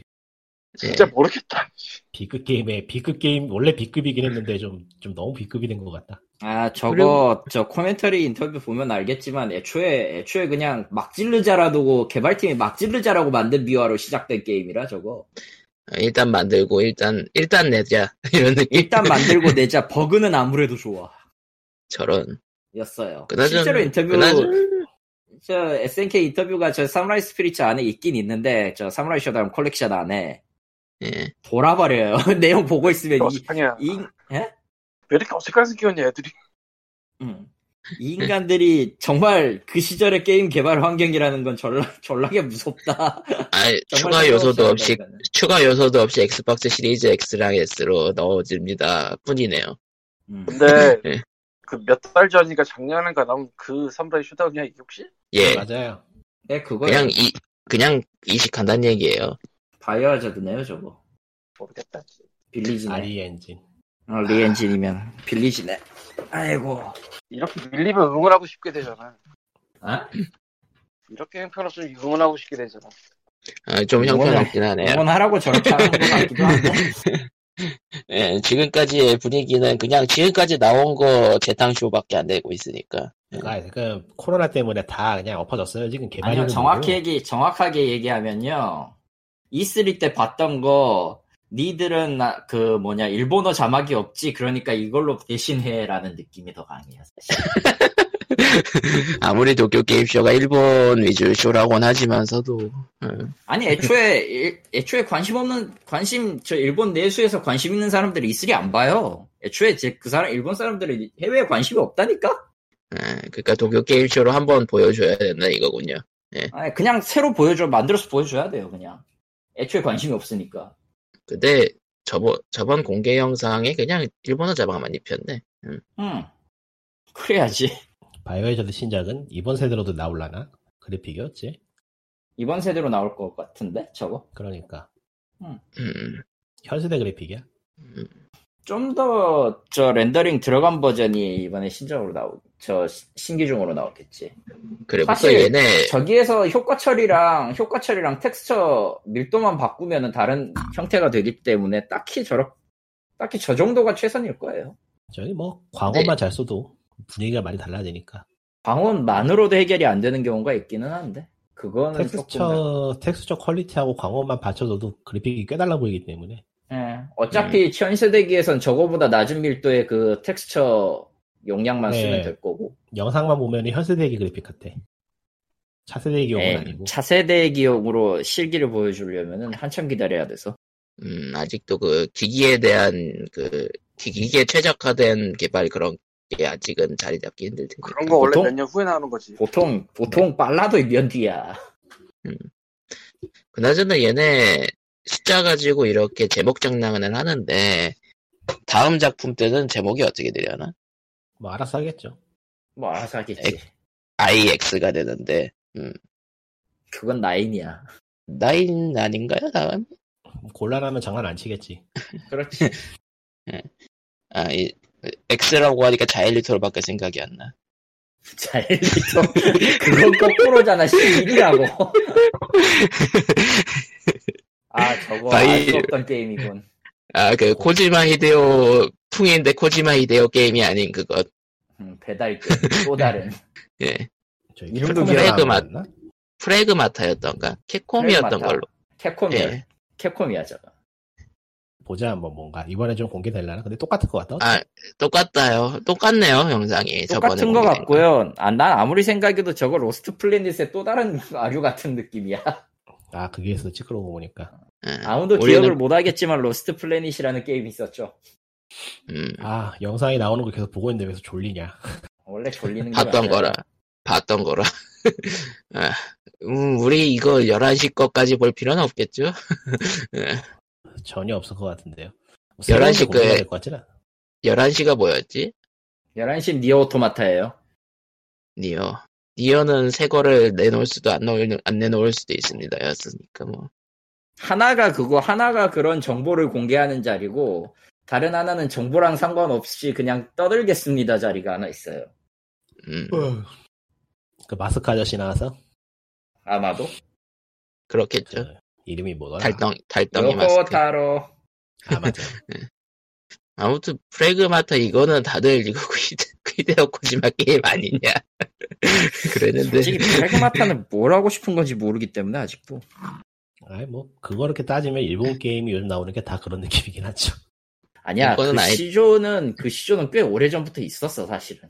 진짜
예.
모르겠다.
B급 게임에 B급 게임 원래 B급이긴 했는데 좀 좀 너무 B급이 된 것 같다.
아, 저거,
그리고-
저 코멘터리 인터뷰 보면 알겠지만, 애초에, 애초에 그냥 막 찌르자라고, 개발팀이 막 찌르자라고 만든 미화로 시작된 게임이라, 저거.
일단 만들고, 일단, 일단 내자. 이런 느낌.
일단 만들고 내자, 버그는 아무래도 좋아.
저런.
였어요.
그나저나,
실제로 인터뷰
그나저나,
저 SNK 인터뷰가 저 사무라이 스피릿 안에 있긴 있는데 저 사무라이 쇼다운 컬렉션 안에
예.
돌아버려요. 내용 보고 있으면 이,
어색하냐?
이, 예?
왜 이렇게 어색하게 생겼냐 애들이.
음. 이 인간들이 정말 그 시절의 게임 개발 환경이라는 건 졸라, 졸라게 무섭다.
아,
정말
추가 요소도
상관없어요,
없이,
이거는.
추가 요소도 없이 엑스박스 시리즈 X랑 S로 넣어집니다. 뿐이네요.
음.
근데
예.
그 몇 달 전인가 작년인가 나온 그 삼라이 슈다운이야 이게 혹시?
예.
맞아요.
네, 그거
그냥 이, 그냥 이식한다는 얘기예요
바이오하자드네요, 저거.
모르겠다.
빌리지네.
아리 엔진.
어, 리엔진이면 빌리지네. 아이고.
이렇게 밀리면 응원하고 싶게 되잖아.
아?
이렇게 형편없으면 응원하고 싶게 되잖아.
아, 좀
이거는-
형편없긴 하네요.
응원하라고 저렇게 하는 것 같기도 한데.
예, 지금까지의 분위기는 그냥 지금까지 나온 거 재탕쇼밖에 안 되고 있으니까.
아, 그 코로나 때문에 다 그냥 엎어졌어요. 지금 개발이
아니요, 정확히 얘기, 정확하게 얘기하면요. E3 때 봤던 거, 니들은 나- 그 뭐냐, 일본어 자막이 없지, 그러니까 이걸로 대신해라는 느낌이 더 강해요. 사실.
아무리 도쿄 게임쇼가 일본 위주 쇼라곤 하지만서도 예,
아니, 애초에, 일- 애초에 관심 없는, 관심, 저 일본 내수에서 관심 있는 사람들이 E3 안 봐요. 애초에 제, 그 사람, 일본 사람들은 해외에 관심이 없다니까?
예, 그러니까 도쿄 게임쇼로 한번 보여줘야 된다 이거군요.
아니, 그냥 새로 보여줘, 만들어서 보여줘야 돼요, 그냥. 애초에 관심이 없으니까.
근데 저번 저번 공개 영상에 그냥 일본어 자막만 입혔네. 음.
음. 그래야지.
바이오헤저드 신작은 이번 세대로도 나올라나? 그래픽이었지.
이번 세대로 나올 것 같은데, 저거?
그러니까
음.
현 세대 그래픽이야.
좀 더 저 렌더링 들어간 버전이 이번에 신작으로 나오 저 시- 신기종으로 나왔겠지.
그리고 또
사실
얘네
저기에서 효과 처리랑 효과 처리랑 텍스처 밀도만 바꾸면은 다른 형태가 되기 때문에 딱히 저렇 딱히 저 정도가 최선일 거예요.
저기 뭐
네.
광원만 잘 써도 분위기가 많이 달라지니까.
방언만으로도 해결이 안 되는 경우가 있기는 한데 그거는 조금
텍스처 텍스처 퀄리티하고 광원만 받쳐줘도 그래픽이 꽤 달라 보이기 때문에
예.
음.
어차피 현 세대기에선 저거보다 낮은 밀도의 그 텍스처 용량만
네.
쓰면 될 거고
영상만 보면 현 세대기 그래픽 같아. 차세대기 경우는
예.
아니고.
차세대 기용으로 실기를 보여주려면은 한참 기다려야 돼서.
음, 아직도 그 기기에 대한 그 기기에 최적화된 개발 그런 게 아직은 자리 잡기 힘들 테니까.
그런 거 원래
보통?
몇 년 후에 나오는 거지.
보통 보통 빨라도 몇 뒤야.
그나저나 얘네 숫자 가지고 이렇게 제목 장난을 하는데 다음 작품 때는 제목이 어떻게 되려나?
뭐 알아서 하겠죠.
뭐 알아서 하겠지.
IX가 되는데
그건 나인이야.
나인 아닌가요 다음?
곤란하면 장난 안 치겠지.
그렇지.
아 이, X라고 하니까 자일리토로밖에 생각이 안 나.
자일리터 그건 거꾸로잖아. 11이라고. 아 저거 알
자일-
수 없던 게임이군.
아
어.
그 코지마 히데오 풍인데 코지마 히데오 게임이 아닌 그것.
음, 배달 게임 또 다른.
예.
저희
이름도
캡콤에서
기억 안
나왔나?
프레그마타였던가 캐콤이었던
프레그마타.
걸로.
캡콤이야. 네.
예.
캡콤이야 저거.
보자 한번 뭔가 이번에 좀 공개될라나? 근데 똑같을 것 같다.
아 똑같아요. 똑같네요 영상이. 저번에
똑같은 거
공개된 거.
같고요. 아, 난 아무리 생각해도 저거 로스트 플래닛의 또 다른 아류 같은 느낌이야.
아 그게 있었지 그러고 보니까.
예.
아무도
음. 우리는-
기억을 못 하겠지만 로스트 플래닛이라는 게임이 있었죠.
음,
아 영상이 나오는 거 계속 보고 있는데 왜서 졸리냐?
원래 졸리는 게
봤던
맞아요.
거라. 봤던 거라. 아, 음, 우리 이거 11시 거까지 볼 필요는 없겠죠?
전혀 없을 것 같은데요. 뭐
11시 거에-
될것 같지는. 않아.
11시가 뭐였지?
11시 니어 오토마타예요.
니어. 니어는 새 거를 내놓을 수도 안, 놓을, 안 내놓을 수도 있습니다. 였으니까 뭐.
하나가 그거 하나가 그런 정보를 공개하는 자리고 다른 하나는 정보랑 상관없이 그냥 떠들겠습니다 자리가 하나 있어요.
음,
어.
그 마스크 아저씨 나와서
아마도
저,
그렇겠죠.
이름이
어.
뭐더라?
달덩, 달덩이 마스크.
요코타로
아 맞아.
아무튼 프레그마타 이거는 다들 이거 퀴데오 코지마 게임 아니냐. 그랬는데.
솔직히 프레그마타는 뭘 하고 싶은 건지 모르기 때문에 아직도
아이 뭐 그거 이렇게 따지면 일본 게임이 요즘 나오는 게 다 그런 느낌이긴 하죠.
아니야
그거는
그
아예-
시조는 그 시조는 꽤 오래 전부터 있었어 사실은.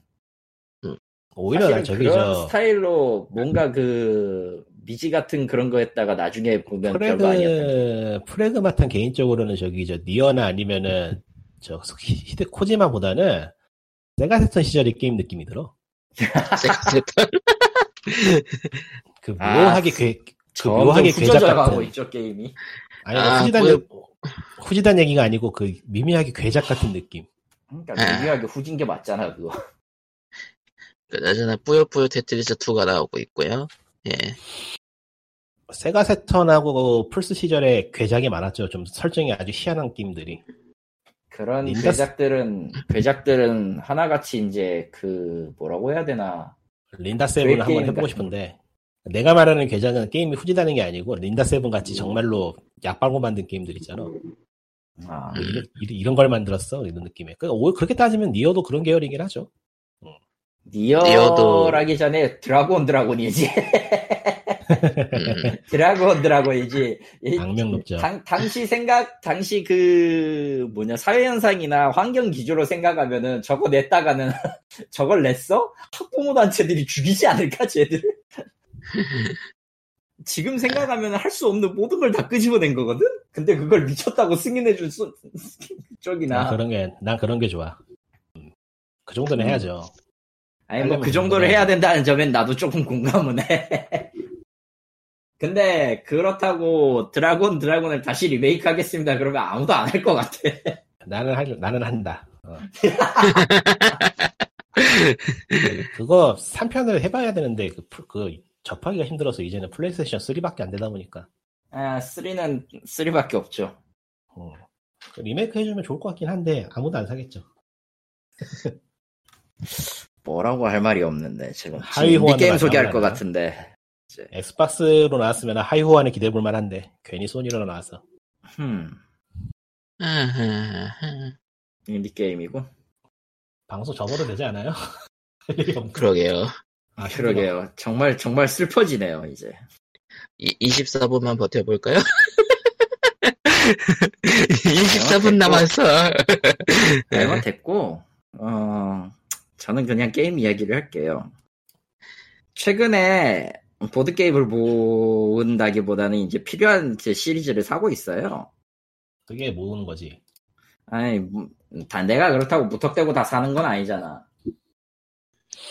오히려 나
사실은
저기
그런
저
스타일로 뭔가 그 미지 같은 그런 거 했다가 나중에 보면 별거 아니었던
프레그 프레그마탄 개인적으로는 저기 저 니어나 아니면은 저 히데 코지마보다는 세가세턴 시절의 게임 느낌이 들어.
세컨세턴.
그
아,
묘하게 괴, 그
점점
묘하게 괴작
후져져가고
같은.
있죠 게임이
아니
아,
후지단
뭐
그-
얘기- 후지단 얘기가 아니고 그 미묘하게 괴작 같은 느낌.
그러니까
아.
미묘하게 후진 게 맞잖아 그거
그나저나 뿌요뿌요 테트리스 2가 나오고 있고요. 예.
세가 세턴하고 그 플스 시절에 괴작이 많았죠. 좀 설정이 아주 희한한 게임들이.
그런
닌자-
괴작들은 괴작들은 하나같이 이제 그 뭐라고 해야 되나
린다 세븐을
왜
한번
게임
해보고
같은
싶은데 내가 말하는 괴작은 게임이 후지다는 게 아니고 린다 세븐 같이 정말로 약발고 만든 게임들 있잖아.
아,
뭐
음,
이런, 이런- 이런 걸 만들었어 이런 느낌에. 그러니까 오히려 그렇게 따지면 니어도 그런 계열이긴 하죠.
니어도-
니어라기 전에 드라곤 드라곤이지
음,
드라곤 드라곤이지 이-
악명 높죠.
당, 당시 생각 당시 그 뭐냐 사회현상이나 환경 기조로 생각하면은 저거 냈다가는 저걸 냈어 학부모 단체들이 죽이지 않을까 쟤들 지금 생각하면 할 수 없는 모든 걸 다 끄집어낸 거거든 근데 그걸 미쳤다고 승인해줄 수
난
쪽이나
그런 게난 그런 게 좋아. 음. 그 정도는
음.
해야죠.
아니 뭐
하려면
그 정도를
그거는-
해야 된다는 점엔 나도 조금 공감은 해. 근데 그렇다고 드라곤 드라곤을 다시 리메이크 하겠습니다. 그러면 아무도 안 할 것 같아.
나는 할, 나는 한다. 어. 그거 3편을 해봐야 되는데 그, 풀- 그 접하기가 힘들어서 이제는 플레이스테이션 3밖에 안 되다 보니까
아, 3는 3밖에 없죠.
어. 그 리메이크 해주면 좋을 것 같긴 한데 아무도 안 사겠죠.
뭐라고 할 말이 없는데 지금
하위 호환을
게임
많이
소개할 것
하려나?
같은데.
엑스박스로 나왔으면 하이호환에 기대해볼 만한데 괜히 소니로 나와서
흠,
아, 아하하.
인디 게임이고.
방송 접어도 되지 않아요? 할 일이 없-
그러게요.
아,
그러게요. 정말 정말 슬퍼지네요 이제.
이, 24분만 버텨볼까요? 24분 남았어.
얼마 됐고, 어, 저는 그냥 게임 이야기를 할게요. 최근에 보드게임을 모은다기보다는 이제 필요한 제 시리즈를 사고 있어요.
그게 모으는 거지.
뭐, 아니, 단 내가 그렇다고 무턱대고 다 사는 건 아니잖아.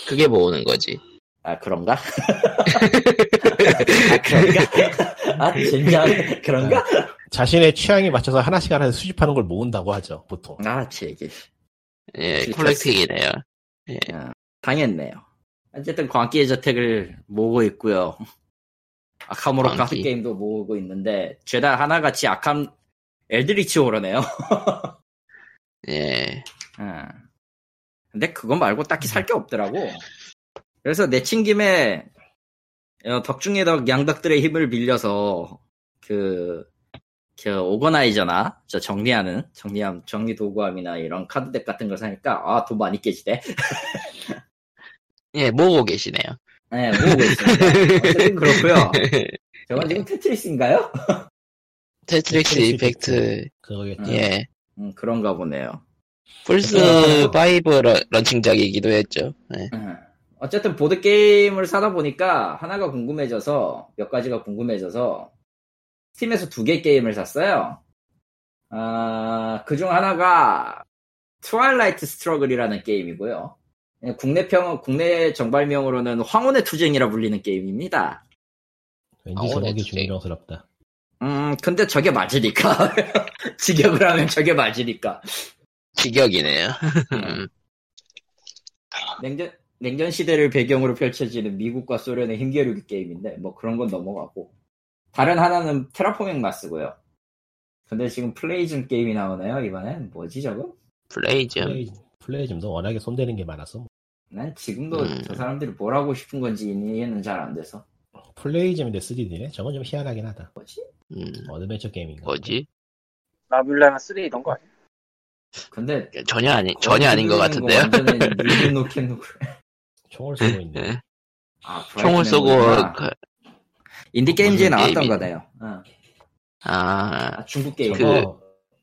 그게 모으는 거지.
아 그런가? 아, 그런가? 아 진짜 그런가?
자신의 취향에 맞춰서 하나씩 하나씩 수집하는 걸 모은다고 하죠, 보통.
아 제기
예,
실패했어.
콜렉팅이네요.
당했네요. 어쨌든 광기의 저택을 모으고 있고요. 아캄으로
광기.
카드 게임도 모으고 있는데 죄다 하나같이 아캄 엘드리치 호러네요.
예.
아. 근데 그거 말고 딱히 살 게 없더라고. 그래서 내친 김에 어, 덕 중에 덕 양덕들의 힘을 빌려서 그, 그 오거나이저나 저 정리하는 정리함 정리 도구함이나 이런 카드덱 같은 걸 사니까 아 돈 많이 깨지대.
예, 모으고 계시네요.
네 모으고 있습니다. 어쨌든 그렇고요.
네.
저건 지금 테트리스인가요?
테트릭스
테트리스
이펙트,
그거겠죠.
음.
예.
음 그런가 보네요.
플스
음.
5 러- 런칭작이기도 했죠. 예.
음. 어쨌든 보드 게임을 사다 보니까 하나가 궁금해져서 몇 가지가 궁금해져서 스팀에서 두 개 게임을 샀어요. 아, 그중 하나가 트와일라이트 스트러글이라는 게임이고요. 예, 국내 평 국내 정발명으로는 황혼의 투쟁이라 불리는 게임입니다.
아,
왠지 제목이
오래됐지.
조명스럽다.
음, 근데 저게 맞으니까 직역을 하면 저게 맞으니까
직역이네요.
음. 냉전 냉전 시대를 배경으로 펼쳐지는 미국과 소련의 힘겨루기 게임인데 뭐 그런 건 넘어가고 다른 하나는 테라포밍 마스고요. 근데 지금 플레이즘 게임이 나오네요 이번엔 뭐지 저거? 예.
플레이즘.
플레이, 플레이즘도 워낙에 손대는 게 많아서.
난 네, 지금도
음.
저 사람들이 뭘 하고 싶은 건지 이해는 잘 안 돼서
플레이즘인데 3D네? 저건 좀 희한하긴 하다.
뭐지?
음,
어드벤처 게임인가?
뭐지?
나뮬라나 3 이런 거 아니야?
근데
전혀 아니, 전혀 아닌 것
거는
같은데요.
완전히 뉴 노캔노그래.
총을 쏘고 있네.
예.
아,
총을 쏘고, 그-
인디 게임즈에
무슨
나왔던
게임이-
거네요. 어.
아,
아, 중국 게임.
그-
저거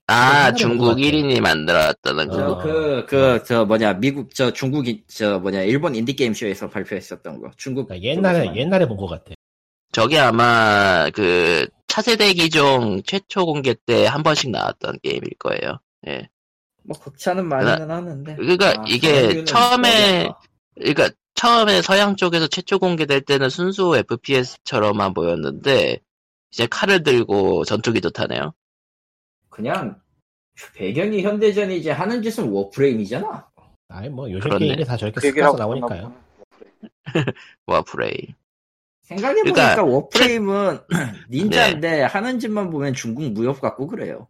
아,
생각해보면
중국
그거
1인이 만들었다는
저,
거.
어.
그, 그, 저, 뭐냐, 미국, 저, 중국이, 저, 뭐냐, 일본 인디게임쇼에서 발표했었던 거. 중국.
그러니까 옛날에
쪽에서만.
옛날에 본 것 같아.
저게 아마 그 차세대 기종 최초 공개 때 한 번씩 나왔던 게임일 거예요.
뭐, 극찬은 많이는 하는데.
그러니까
아,
이게
그런
처음에
거였다.
그러니까 처음에 서양 쪽에서 최초 공개될 때는 순수 FPS처럼만 보였는데 이제 칼을 들고 전투기도 타네요.
그냥, 배경이 현대전이지 하는 짓은 워프레임이잖아.
아니 뭐 요즘
그렇네.
게임이 다 저렇게
그
섞어서
얘기라고
나오니까요.
그러나 보구나.
와프레임.
생각해보니까
그러니까- 네.
워프레임은 닌자인데 하는 짓만 보면 중국 무협 같고 그래요.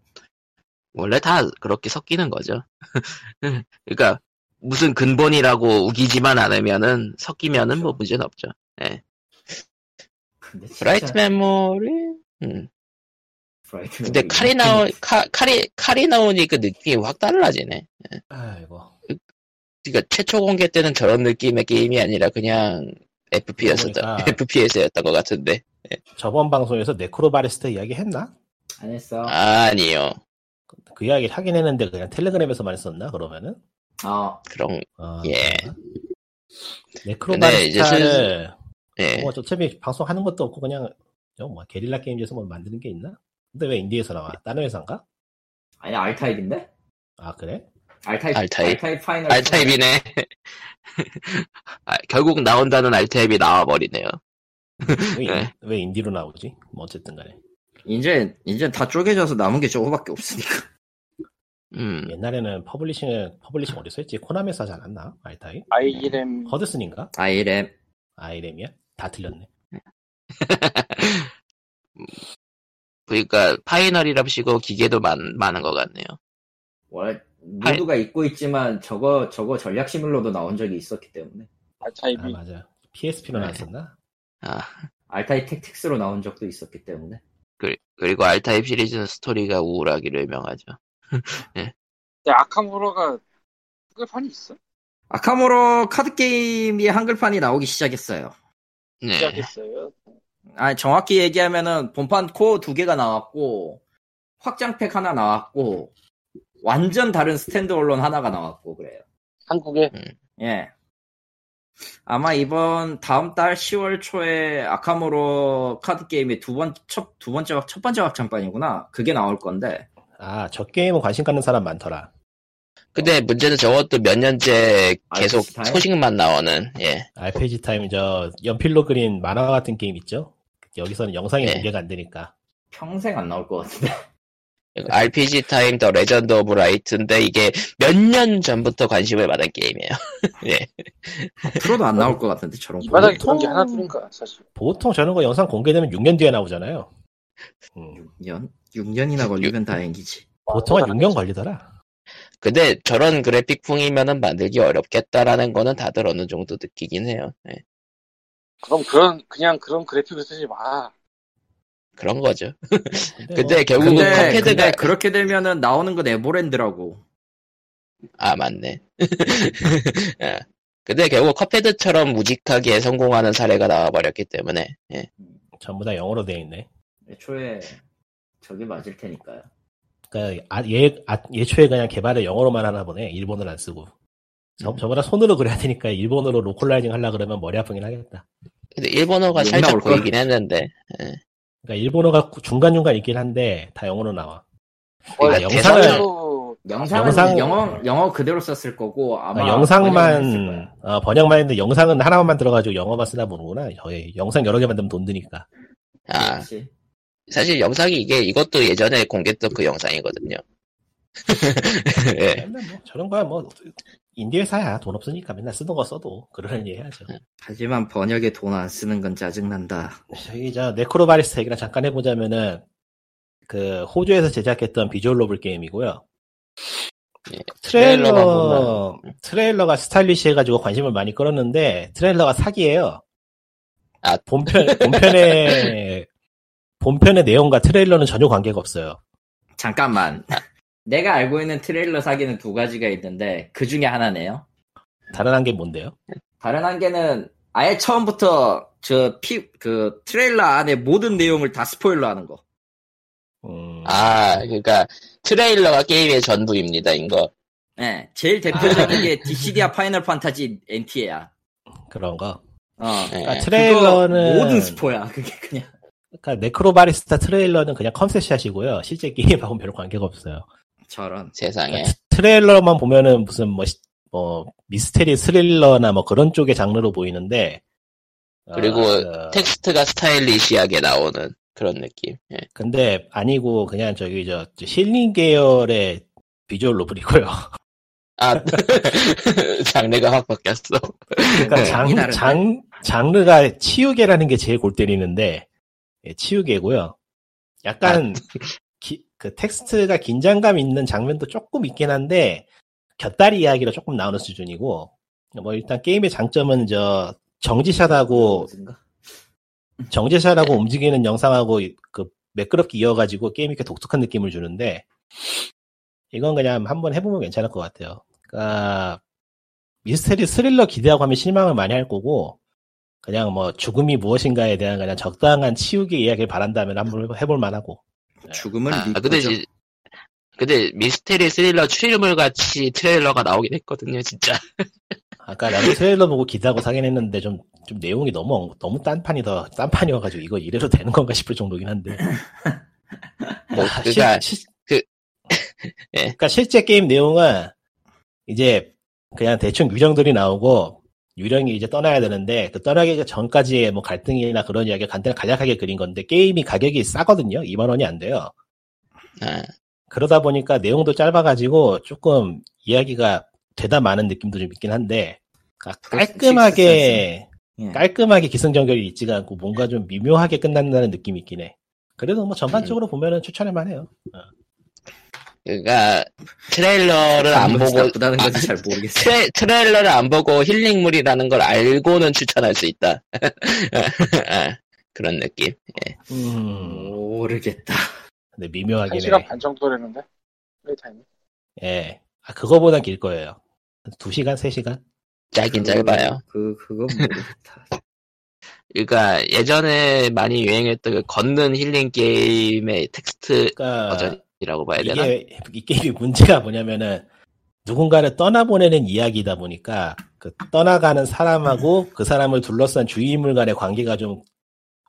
원래 다 그렇게 섞이는 거죠. 그러니까 무슨 근본이라고 우기지만 않으면은 섞이면은 뭐 문제는 없죠.
근데 진짜.
브라이트 메모리. 음.
브라이트
근데
메모리
칼이
느낌이-
나오 칼 칼이 칼이 나오니까 그 느낌이 확 달라지네.
아이고
그러니까 최초 공개 때는 저런 느낌의 게임이 아니라 그냥 FPS였다.
그러니까.
FPS였던 것 같은데.
저번 방송에서 네크로바리스타 이야기 했나?
안 했어.
아니요.
그 이야기를 하긴 했는데 그냥 텔레그램에서만 했었나 그러면은?
어,
그런
아,
예. 근데 이제
네크로바리스타를
예.
뭐 어차피 방송하는 것도 없고 그냥 좀뭐 게릴라 게임즈에서 뭘 만드는 게 있나? 근데 왜 인디에서 나와? 다른 회사인가?
아니, 알타입인데?
아 그래?
알타입.
알타입.
알타입 파이널.
알타입이네. 아, 결국 나온다는 알타입이 나와버리네요.
왜, 인-
네.
왜 인디로 나오지? 뭐 어쨌든간에
이제, 이제 다 쪼개져서 남은 게 저거밖에 없으니까.
음.
옛날에는 퍼블리싱을 퍼블리싱 어디서 했지? 코나미에서 하지 않았나? 알타이?
ILM
예. 허드슨인가?
아이램.
아이렘이야? 다 틀렸네.
그러니까 파이널이랍시고 기계도 많, 많은 것 같네요.
월 모두가 잊고 있지만 저거 저거 전략 시뮬러도 나온 적이 있었기 때문에
아
알타입이
맞아. PSP로
네.
나왔었나?
아,
알타이 택틱스로 나온 적도 있었기 때문에
그, 그리고 알타입 시리즈는 스토리가 우울하기로 유명하죠.
근데 아캄호러가 한글판이 있어?
아카모로 카드 게임이 한글판이 나오기 시작했어요.
네.
시작했어요.
아 정확히 얘기하면은 본판 코어 두 개가 나왔고 확장팩 하나 나왔고 완전 다른 스탠드얼론 하나가 나왔고 그래요.
한국에
예. 아마 이번 다음 달 10월 초에 아카모로 카드 게임의 두번첫두 번째 확- 첫 번째 확장판이구나 그게 나올 건데
아 저 게임은 관심 갖는 사람 많더라.
근데 문제는 저것도 몇 년째
아,
계속
비슷해요?
소식만 나오는, 예.
네. RPG 타임 저 연필로 그린 만화 같은 게임 있죠? 여기서는 영상이
네.
공개가 안 되니까
평생 안 나올 것 같은데.
RPG 타임 더 레전드 오브 라이트인데 이게 몇 년 전부터 관심을 받은 게임이에요.
앞으로도 아, 안 나올 것 같은데 저런
이
거.
바닥에 그런 게 하나 뜨니까 사실
보통 저런 거 영상 공개되면 6년 뒤에 나오잖아요. 음,
6년? 6년이나 걸리면 다행이지.
보통 한 6년 걸리더라.
근데 저런 그래픽풍이면은 만들기 어렵겠다라는 거는 다들 어느 정도 느끼긴 해요. 예.
그럼 그런 그냥 그런 그래픽을 쓰지 마
그런 거죠.
근데,
근데
뭐
결국은
네,
근데,
컵헤드가
근데 그렇게 되면은 나오는 건 에보랜드라고.
아 맞네. 예. 근데 결국 컵헤드처럼 무직하게 성공하는 사례가 나와버렸기 때문에 예.
뭐 전부 다 영어로 돼 있네.
애초에 저게 맞을 테니까요.
그러니까 아, 예, 아, 예초에 그냥 개발을 영어로만 하나 보네. 일본을 안 쓰고.
음.
저, 저보다 손으로 그려야 되니까 일본어로 로컬라이징 하려 그러면 머리 아프긴 하겠다.
근데 일본어가
욕
살짝
나올 거야.
보이긴 했는데
그러니까 일본어가 구- 중간중간 있긴 한데 다 영어로 나와.
그러니까
아, 영상을-
대상을
영상으로
영상은
영상-
영어 영어 그대로 썼을 거고 아마
그러니까
번역은 했을 거야.
영상만 어, 번역만 했는데 영상은 하나만 들어가지고 영어만 쓰나 보는구나. 거의 영상 여러 개 만들면 돈 드니까.
아
그렇지.
사실 영상이 이게 이것도 예전에 공개했던 그 영상이거든요. 예.
맨날 뭐 저런 거야 뭐 인디 회사야 돈 없으니까 맨날 쓰던 거 써도 그러려니 해야죠.
하지만 번역에 돈 안 쓰는 건 짜증난다.
저기 저 네크로바리스트 얘기를 잠깐 해보자면은 그 호주에서 제작했던 비주얼 노블 게임이고요.
예, 트레일러만
트레일러 트레일러가 스타일리시해가지고 관심을 많이 끌었는데 트레일러가 사기예요.
아.
본편 본편의 본편의 내용과 트레일러는 전혀 관계가 없어요.
잠깐만.
내가 알고 있는 트레일러 사기는 두 가지가 있는데 그 중에 하나네요.
다른 한 게 뭔데요?
다른 한 개는 아예 처음부터 저 피 그 트레일러 안에 모든 내용을 다 스포일러하는 거.
음,
아, 그러니까 트레일러가 게임의 전부입니다, 이거.
예, 제일 대표적인 게 디시디아 파이널 판타지 NT야.
그런 거.
어,
예.
그러니까 트레일러는
그거 모든 스포야. 그게 그냥
그러니까 네크로바리스타 트레일러는 그냥 컨셉샷이고요. 실제 게임하고는 별로 관계가 없어요.
저런.
세상에.
그러니까 트- 트레일러만 보면은 무슨 뭐, 시- 뭐 미스테리 스릴러나 뭐 그런 쪽의 장르로 보이는데 어,
그리고
그-
텍스트가 스타일리시하게 나오는 그런 느낌. 예.
근데 아니고 그냥 저기 저 힐링 계열의 비주얼 노블이고요.
아, 장르가 확 바뀌었어.
그러니까
네,
이
장,
나름.
장, 장르가 치유계라는 게 제일 골 때리는데 예, 치유계고요. 약간
아.
기- 그 텍스트가 긴장감 있는 장면도 조금 있긴 한데 곁다리 이야기로 조금 나오는 수준이고 뭐 일단 게임의 장점은 저 정지샷하고
무슨가?
정제샷하고 움직이는 영상하고 이- 그 매끄럽게 이어가지고 게임 이렇게 독특한 느낌을 주는데 이건 그냥 한번 해보면 괜찮을 것 같아요. 그러니까 미스테리 스릴러 기대하고 하면 실망을 많이 할 거고 그냥 뭐 죽음이 무엇인가에 대한 그냥 적당한 치우기 이야기를 바란다면 한번 해볼- 해볼 만하고
죽음은
아, 근데,
리포죠.
이- 근데 미스테리 스릴러 추리물 같이 트레일러가 나오긴 했거든요, 진짜.
아까 나도 트레일러 보고 기대하고 사긴 했는데 좀, 좀 내용이 너무 엉- 너무 딴판이 더 딴판이어가지고 이거 이래도 되는 건가 싶을 정도긴 한데
뭐,
아,
그니까,
실- 실-
그- 예.
그러니까 실제 게임 내용은 이제 그냥 대충 유령들이 나오고 유령이 이제 떠나야 되는데 그 떠나기 전까지의 뭐 갈등이나 그런 이야기 간단히 간략하게 그린 건데 게임이 가격이 싸거든요. 2만 원이 안 돼요.
아,
그러다 보니까 내용도 짧아가지고 조금 이야기가 되다 많은 느낌도 좀 있긴 한데 그러니까 깔끔하게
예.
깔끔하게 기승전결이 있지가 않고 뭔가 좀 미묘하게 끝난다는 느낌이 있긴 해. 그래도 뭐 전반적으로 보면은 추천할 만해요.
그니까, 트레일러를 안 보고,
나쁘다는
아,
건지 잘 모르겠어.
트레, 트레일러를 안 보고 힐링물이라는 걸 알고는 추천할 수 있다. 아, 그런 느낌.
음,
모르겠다.
근데 미묘하긴
한
해.
시간 반 정도랬는데
네,
플레이타임이
예. 아, 그거보다 길 거예요. 2시간, 3시간?
짧긴 짧아요.
그 그건 모르겠다.
그러니까 예전에 많이 유행했던 그 걷는 힐링 게임의 텍스트
그러니까
버전이라고 봐야 되나?
이게 이 게임이 문제가 뭐냐면은 누군가를 떠나보내는 이야기다 보니까 그 떠나가는 사람하고 그 사람을 둘러싼 주위인물 간의 관계가 좀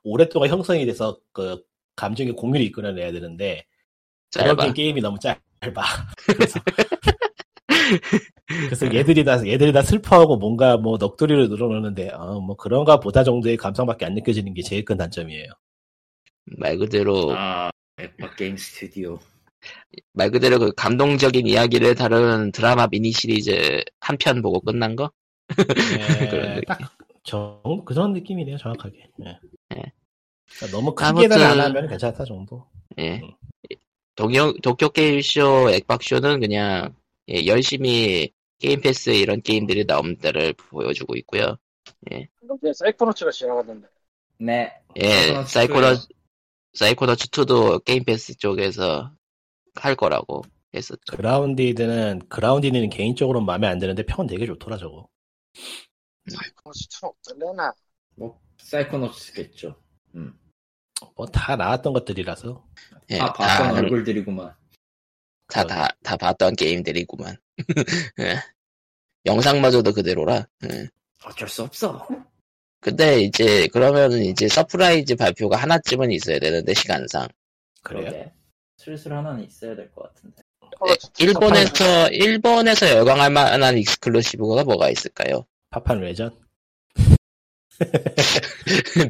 오랫동안 형성이 돼서 그 감정의 공유를 이끌어내야 되는데
짧아.
그런 게임이 너무 짧아. 그래서 그래서 얘들이 다 얘들이 다 슬퍼하고 뭔가 뭐 넋두리를 늘어놓는데 아, 뭐 그런가 보다 정도의 감성밖에 안 느껴지는 게 제일 큰 단점이에요.
말 그대로
아, 액박 게임 스튜디오.
말 그대로 그 감동적인 이야기를 다룬 드라마 미니 시리즈 한 편 보고 끝난 거? 네, 그런
예,
느낌.
딱 정, 그런 느낌이네요, 정확하게. 예.
예.
그러니까 너무 크게는
아무튼-
안 하면 괜찮다 정도.
예.
음.
동요, 도쿄 게임쇼, 액박쇼는 그냥 예, 열심히 게임 패스에 이런 게임들이 나온 때를 보여주고 있고요.
방금 전에 사이코노츠가 지나갔는데
네.
예,
사이코너츠
사이코너,
투예요.
사이코너츠 2도 게임 패스 쪽에서 할 거라고 했었죠.
그라운디드는 그라운디드는 개인적으로 는 마음에 안 드는데 평은 되게 좋더라 저거.
사이코노츠 2는 어떨래나
뭐 사이코노스겠죠. 음.
뭐 다 나왔던 것들이라서
예,
아,
아,
다,
봤던
아,
얼굴들이구만.
다, 다, 다 봤던 게임들이구만. 예. 영상마저도 그대로라. 예.
어쩔 수 없어.
근데 이제 그러면은 이제 서프라이즈 발표가 하나쯤은 있어야 되는데 시간상.
그래요.
그러게. 슬슬 하나는 있어야 될 것 같은데.
사이코노츠 투
일본에서 일본에서 열광할 만한 익스클루시브가 뭐가 있을까요?
파판 레전.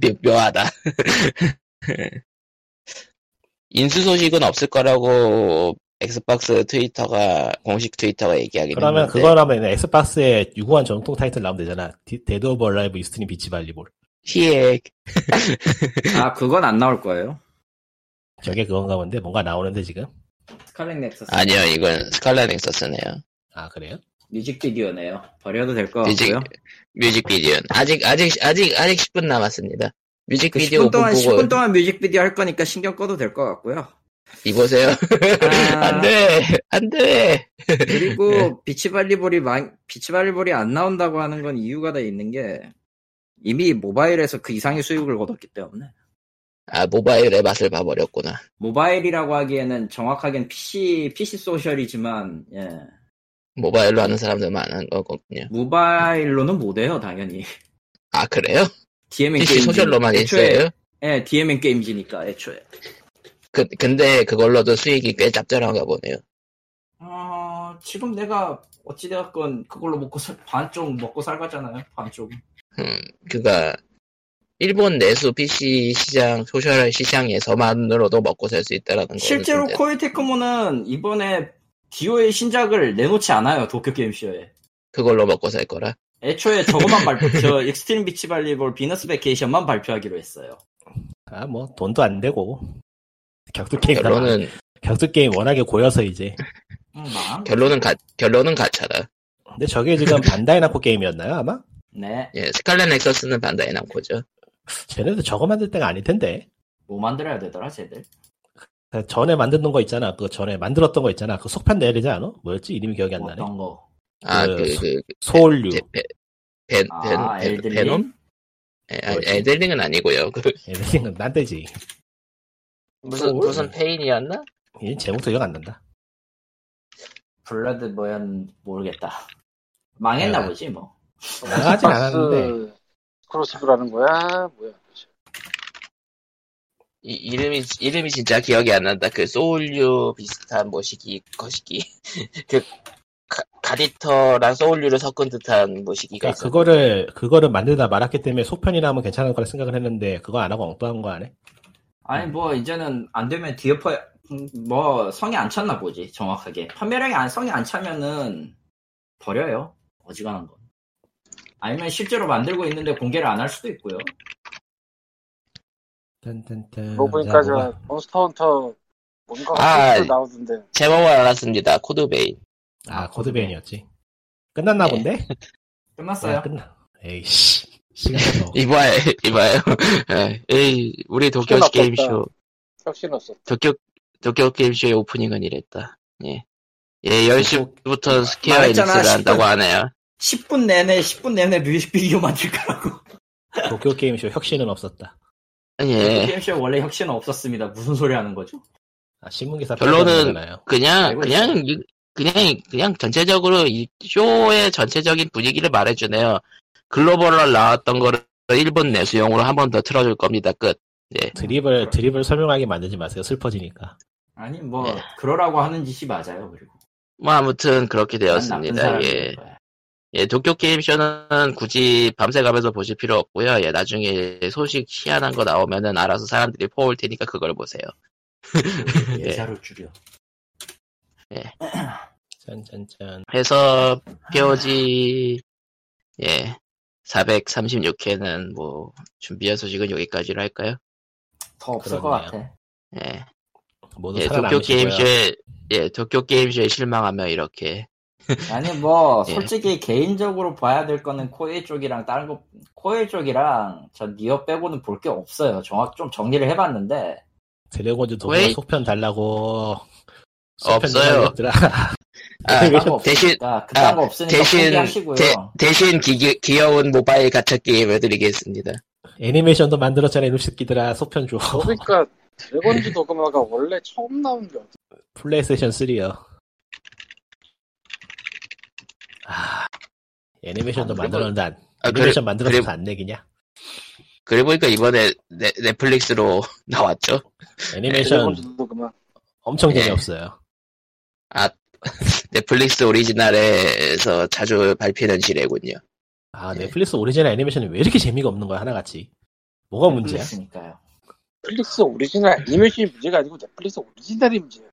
묘- 묘하다. 인수 소식은 없을 거라고 엑스박스 트위터가 공식 트위터가 얘기하긴
그러면
했는데
그거라면 엑스박스의 유구한 전통 타이틀 나오면 되잖아. 디- 데드 오브 얼라이브 이스트니 비치 발리볼.
희액
아, 그건 안 나올 거예요.
저게 그건가 본데 뭔가 나오는데 지금.
스칼렛 넥서스.
아니요 이건 스칼렛 넥서스네요
아 그래요?
뮤직비디오네요.
버려도 될 거
뮤직-
같고요.
뮤직비디오는 아직 아직 아직 아직 10분 남았습니다
그
뮤직비디오
10분 동안 10분
보고
동안 뮤직비디오 할 거니까 신경 꺼도 될 것 같고요.
이보세요
아.
안돼 안돼 네.
그리고 비치발리볼이 망, 비치발리볼이 안 나온다고 하는 건 이유가 다 있는 게 이미 모바일에서 그 이상의 수익을 거뒀기 때문에
아 모바일의 맛을 봐버렸구나
모바일이라고 하기에는 정확하게는 PC, PC 소셜이지만, 예.
모바일로 하는 사람들 많은 거거든요
모바일로는 못 해요, 당연히.
아 그래요?
DMN
그러니까
게임즈.
PC 소셜로만
애초에,
있어요?
예, DMN 게임즈니까 애초에.
그, 근데 그걸로도 수익이 꽤 짭짤한가 보네요.
어, 지금 내가 어찌되었건 그걸로 먹고 살, 반쪽 먹고 살가잖아요. 반쪽.
네,
음, 그가 일본 내수 PC 시장, 소셜 시장에서만으로도 먹고 살 수 있다라는 거.
실제로
그렇죠.
코이 테크모는 이번에 디오의 신작을 내놓지 않아요. 도쿄 게임쇼에.
그걸로 먹고 살 거라.
애초에 저거만 발표, 저 익스트림 비치 발리볼 비너스 베케이션만 발표하기로 했어요.
아 뭐 돈도 안 되고 격투 게임 다 나-
결론은
격투 게임 워낙에 고여서 이제.
음,
아.
망.
결론은 가, 결론은 가차다.
근데 저게 지금 반다이 나코 게임이었나요 아마?
네.
예, 스칼렛 넥서스는 반다이 남코죠.
쟤네도 저거 만들 때가 아닐 텐데.
뭐 만들어야 되더라, 쟤들.
그 전에 만든 거 있잖아. 그 전에 만들었던 거 있잖아. 그 속편 내리지 않아? 뭐였지? 이름이 기억이 안 나네.
어떤 거.
아,
그-
그, 그,
소울류.
제- 베, 베,
아,
베, 베,
엘들링?
베놈? 예, 아니,
뭐였지?
엘들링은 아니고요. 그,
에베싱은 딴데지.
무슨,
소울?
무슨 페인이었나?
이 제목도 기억 안 난다.
블러드 뭐였는 모르겠다. 망했나
네.
보지 뭐.
나가진 않았는데.
크로스브라는 거야 뭐야
이, 이름이, 이름이 진짜 기억이 안 난다. 그, 소울류 비슷한 뭐 시기, 거시기. 그, 가, 리터랑 소울류를 섞은 듯한 뭐 시기가
그러니까
있어.
그거를 그거를 만들다 말았기 때문에 속편이라 하면 괜찮을 거라 생각을 했는데 그거 안 하고 엉뚱한 거 안 해?
아니 뭐 이제는 안 되면 디어퍼 음, 뭐 성이 안 찼나 보지 정확하게 판매량이 안 성이 안 차면은 버려요 어지간한 건 아니면 실제로 만들고 있는데 공개를 안 할 수도 있고요
딴딴딴.
그러고 보니까
음, 자,
저
뭐가-
몬스터 헌터 뭔가
아,
가 나오던데
제목을 알았습니다. 코드베인.
아 코드베인이었지. 끝났나
예.
본데?
끝났어요
아, 끝나. 에이씨. 시간 다 먹어.
이봐요, 이봐요. 예, 에이, 우리 도쿄
시간
게임쇼,
없었다. 혁신 없어
도쿄, 도쿄 게임쇼의 오프닝은 이랬다. 예. 예, 10시부터 스퀘어
말했잖아,
에닉스를
시간.
한다고 하네요.
10분 내내 10분 내내 뮤직비디오 만들 거라고
도쿄 게임쇼 혁신은 없었다.
예.
네. 게임쇼 원래 혁신은 없었습니다 무슨 소리 하는 거죠
아, 신문 기사
결론은-
잖아요
그냥,
알고
그냥, 이- 그냥, 그냥 전체적으로 이 쇼의 전체적인 분위기를 말해주네요. 글로벌로 나왔던 거를 일본 내수용으로 한 번 더 틀어줄 겁니다. 끝.
드립을 드립을 설명하게 만들지 마세요. 슬퍼지니까.
아니 뭐
네.
그러라고 하는 짓이 맞아요 그리고
뭐 아무튼 그렇게 되었습니다.
사람이
예.
될 거야.
예, 도쿄 게임쇼는 굳이 밤새 가면서 보실 필요 없고요. 예, 나중에 소식 희한한 거 나오면은 알아서 사람들이 퍼올 테니까 그걸 보세요.
예사를 줄여.
짠짠짠.
해서 POG 예 436회는 뭐 준비한 소식은 여기까지로 할까요?
더 없을
그러네요.
것 같아.
예,
모두
예 도쿄
살아남으시고요.
게임쇼에 예 도쿄 게임쇼에 실망하며 이렇게
아니 뭐
예.
솔직히 개인적으로 봐야 될 거는 코에 쪽이랑 다른 거 코에 쪽이랑 저 니어 빼고는 볼 게 없어요. 정확 좀 정리를 해봤는데
드래곤즈 도쿄
왜?
속편 달라고. 속편
없어요.
달라고 했더라.
아,
왜
네, 그딴 거
대신-
없으니까 그딴
아,
거 없으니까
대신
포기하시고요.
대, 대신 기, 귀여운 모바일 가챠 게임 해드리겠습니다.
애니메이션도 만들었잖아, 이놈 새끼들아. 속편 줘.
그러니까 드래곤즈 도그마가 원래 처음 나온 게 어디-
플레이스테이션 3요. 아, 애니메이션도
아, 그리고- 네,
만들었는데 안,
아, 그래-
애니메이션 만들어서
그래-
안 내기냐?
그래 보니까 이번에 넷, 넷플릭스로 나왔죠.
애니메이션
드래곤즈 도그마
엄청
뭐, 예.
재미없어요.
아 넷플릭스 오리지널에서 자주 밟히는 지뢰군요.
아,
예.
넷플릭스 오리지널 애니메이션이 왜 이렇게 재미가 없는 거야, 하나같이. 뭐가
음. 네.
문제야?
그러니까요.
넷플릭스 오리지널 애니메이션이 문제가 아니고 넷플릭스 오리지널이 문제야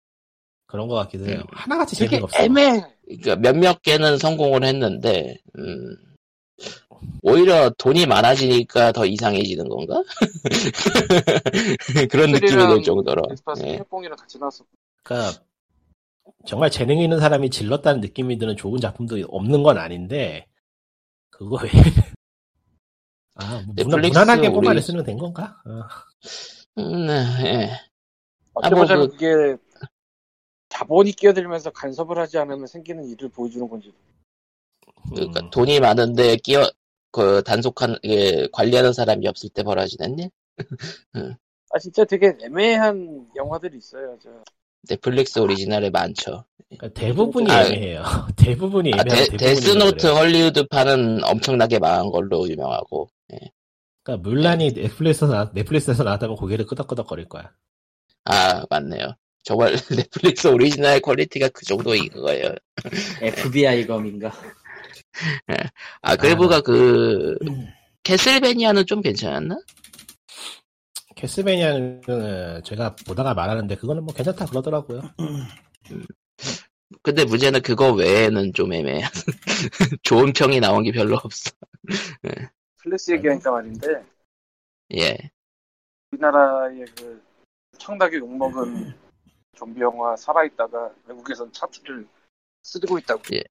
그런 거 같기도 해요.
음.
하나같이
되게
재미가 없어.
애매해
그러니까 몇몇 개는 성공을 했는데 음, 오히려 돈이 많아지니까 더 이상해지는 건가? 그런 느낌이 들
스릴은
정도로
엑스박스
예.
360이랑 같이 나왔어
그러니까 정말 재능이 있는 사람이 질렀다는 느낌이 드는 좋은 작품도 없는 건 아닌데 그거 왜 아, 뭐 무난,
넷플릭스
무난하게
우리-
뽑아냈으면 된 건가? 어.
음, 예.
어떻게
아, 뭐
보자면
그-
그게 자본이 끼어들면서 간섭을 하지 않으면 생기는 일을 보여주는 건지
그러니까
음.
돈이 많은데 끼어 그 단속한 예, 관리하는 사람이 없을 때 벌어지는 일?
아 진짜 되게 애매한 영화들이 있어요 저.
넷플릭스
아.
오리지널에 많죠.
그러니까 대부분이
아,
애매해요. 대부분이
아,
애매하고
데,
대부분이
데스노트
그래요.
헐리우드판은 엄청나게 망한 걸로 유명하고 예.
그러니까 물란이 넷플릭스에서, 나, 넷플릭스에서 나왔다면 고개를 끄덕끄덕거릴 거야.
아 맞네요. 정말 넷플릭스 오리지널 퀄리티가 그 정도인 거예요.
FBI 검인가?
아, 그래보가 그, 캐슬베니아는 좀 괜찮았나?
캐스베니아는 어, 제가 보다가 말하는데 그거는 뭐 괜찮다 그러더라고요.
네. 근데 문제는 그거 외에는 좀 애매해. 좋은 평이 나온 게 별로 없어. 네.
플렉스 얘기하니까 말인데
예.
우리나라의 그 청나게
네.
욕먹은 좀비 영화 살아있다가 외국에선 차트를 쓰리고 있다고
네.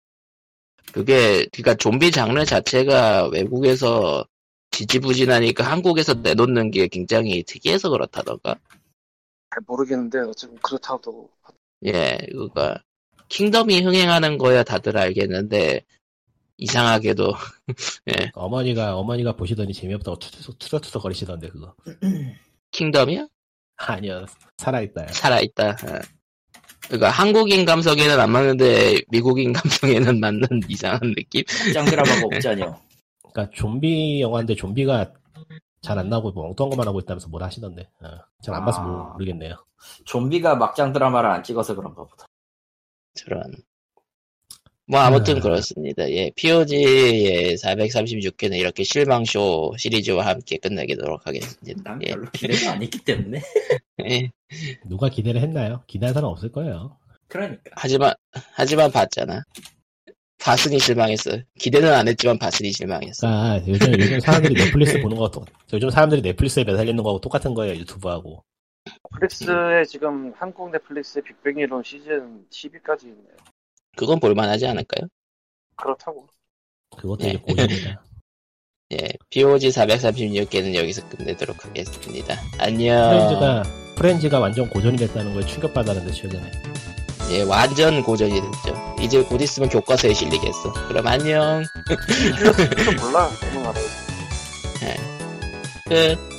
그게, 그니까 좀비 장르 자체가 외국에서 지지부진하니까 한국에서 내놓는 게 굉장히 특이해서 그렇다던가.
잘 모르겠는데 어쨌든 그렇다고
예, 그니까, 킹덤이 흥행하는 거야 다들 알겠는데, 이상하게도,
그러니까 어머니가 어머니가 보시더니 재미없다고 투- 투덜투덜 거리시던데 그거.
킹덤이야?
아니요 살아있다요.
살아있다. 어. 그러니까 한국인 감성에는 안 맞는데 미국인 감성에는 맞는 이상한 느낌?
짱 드라마가 뭐 없잖여.
그러니까 좀비 영화인데 좀비가 잘 안 나오고 뭐 엉뚱한 것만 하고 있다면서 뭘 하시던데 어, 잘 안 봐서
아.
모르- 모르겠네요
좀비가 막장 드라마를 안 찍어서 그런가 보다.
저런. 뭐 아무튼
아.
그렇습니다. 예, POG의 436회는 이렇게 실망쇼 시리즈와 함께 끝내도록 하겠습니다.
난
예.
별로 기대가 안 했기 때문에.
예.
누가 기대를 했나요? 기대한 사람 없을 거예요
그러니까.
하지만 하지만 봤잖아. 봤으니 실망했어. 기대는 안 했지만 봤으니 실망했어.
그러니까 요즘, 요즘 사람들이 넷플릭스 보는 거하고 요즘 사람들이 넷플릭스에 매달리는 거하고 똑같은 거예요 유튜브하고
넷플릭스에 지금 한국 넷플릭스의 빅뱅 이론 시즌 10위까지 있네요
그건 볼만하지 않을까요?
그렇다고
그것도
네.
이제 고집니다
예, POG 436회는 여기서 끝내도록 하겠습니다. 안녕.
프렌즈가 프렌즈가 완전 고전이 됐다는 거에 충격받았는데 최근에
예, 완전 고전이 됐죠. 이제 곧 있으면 교과서에 실리겠어. 그럼 안녕.
그 실력도 몰라 그런 말
끝.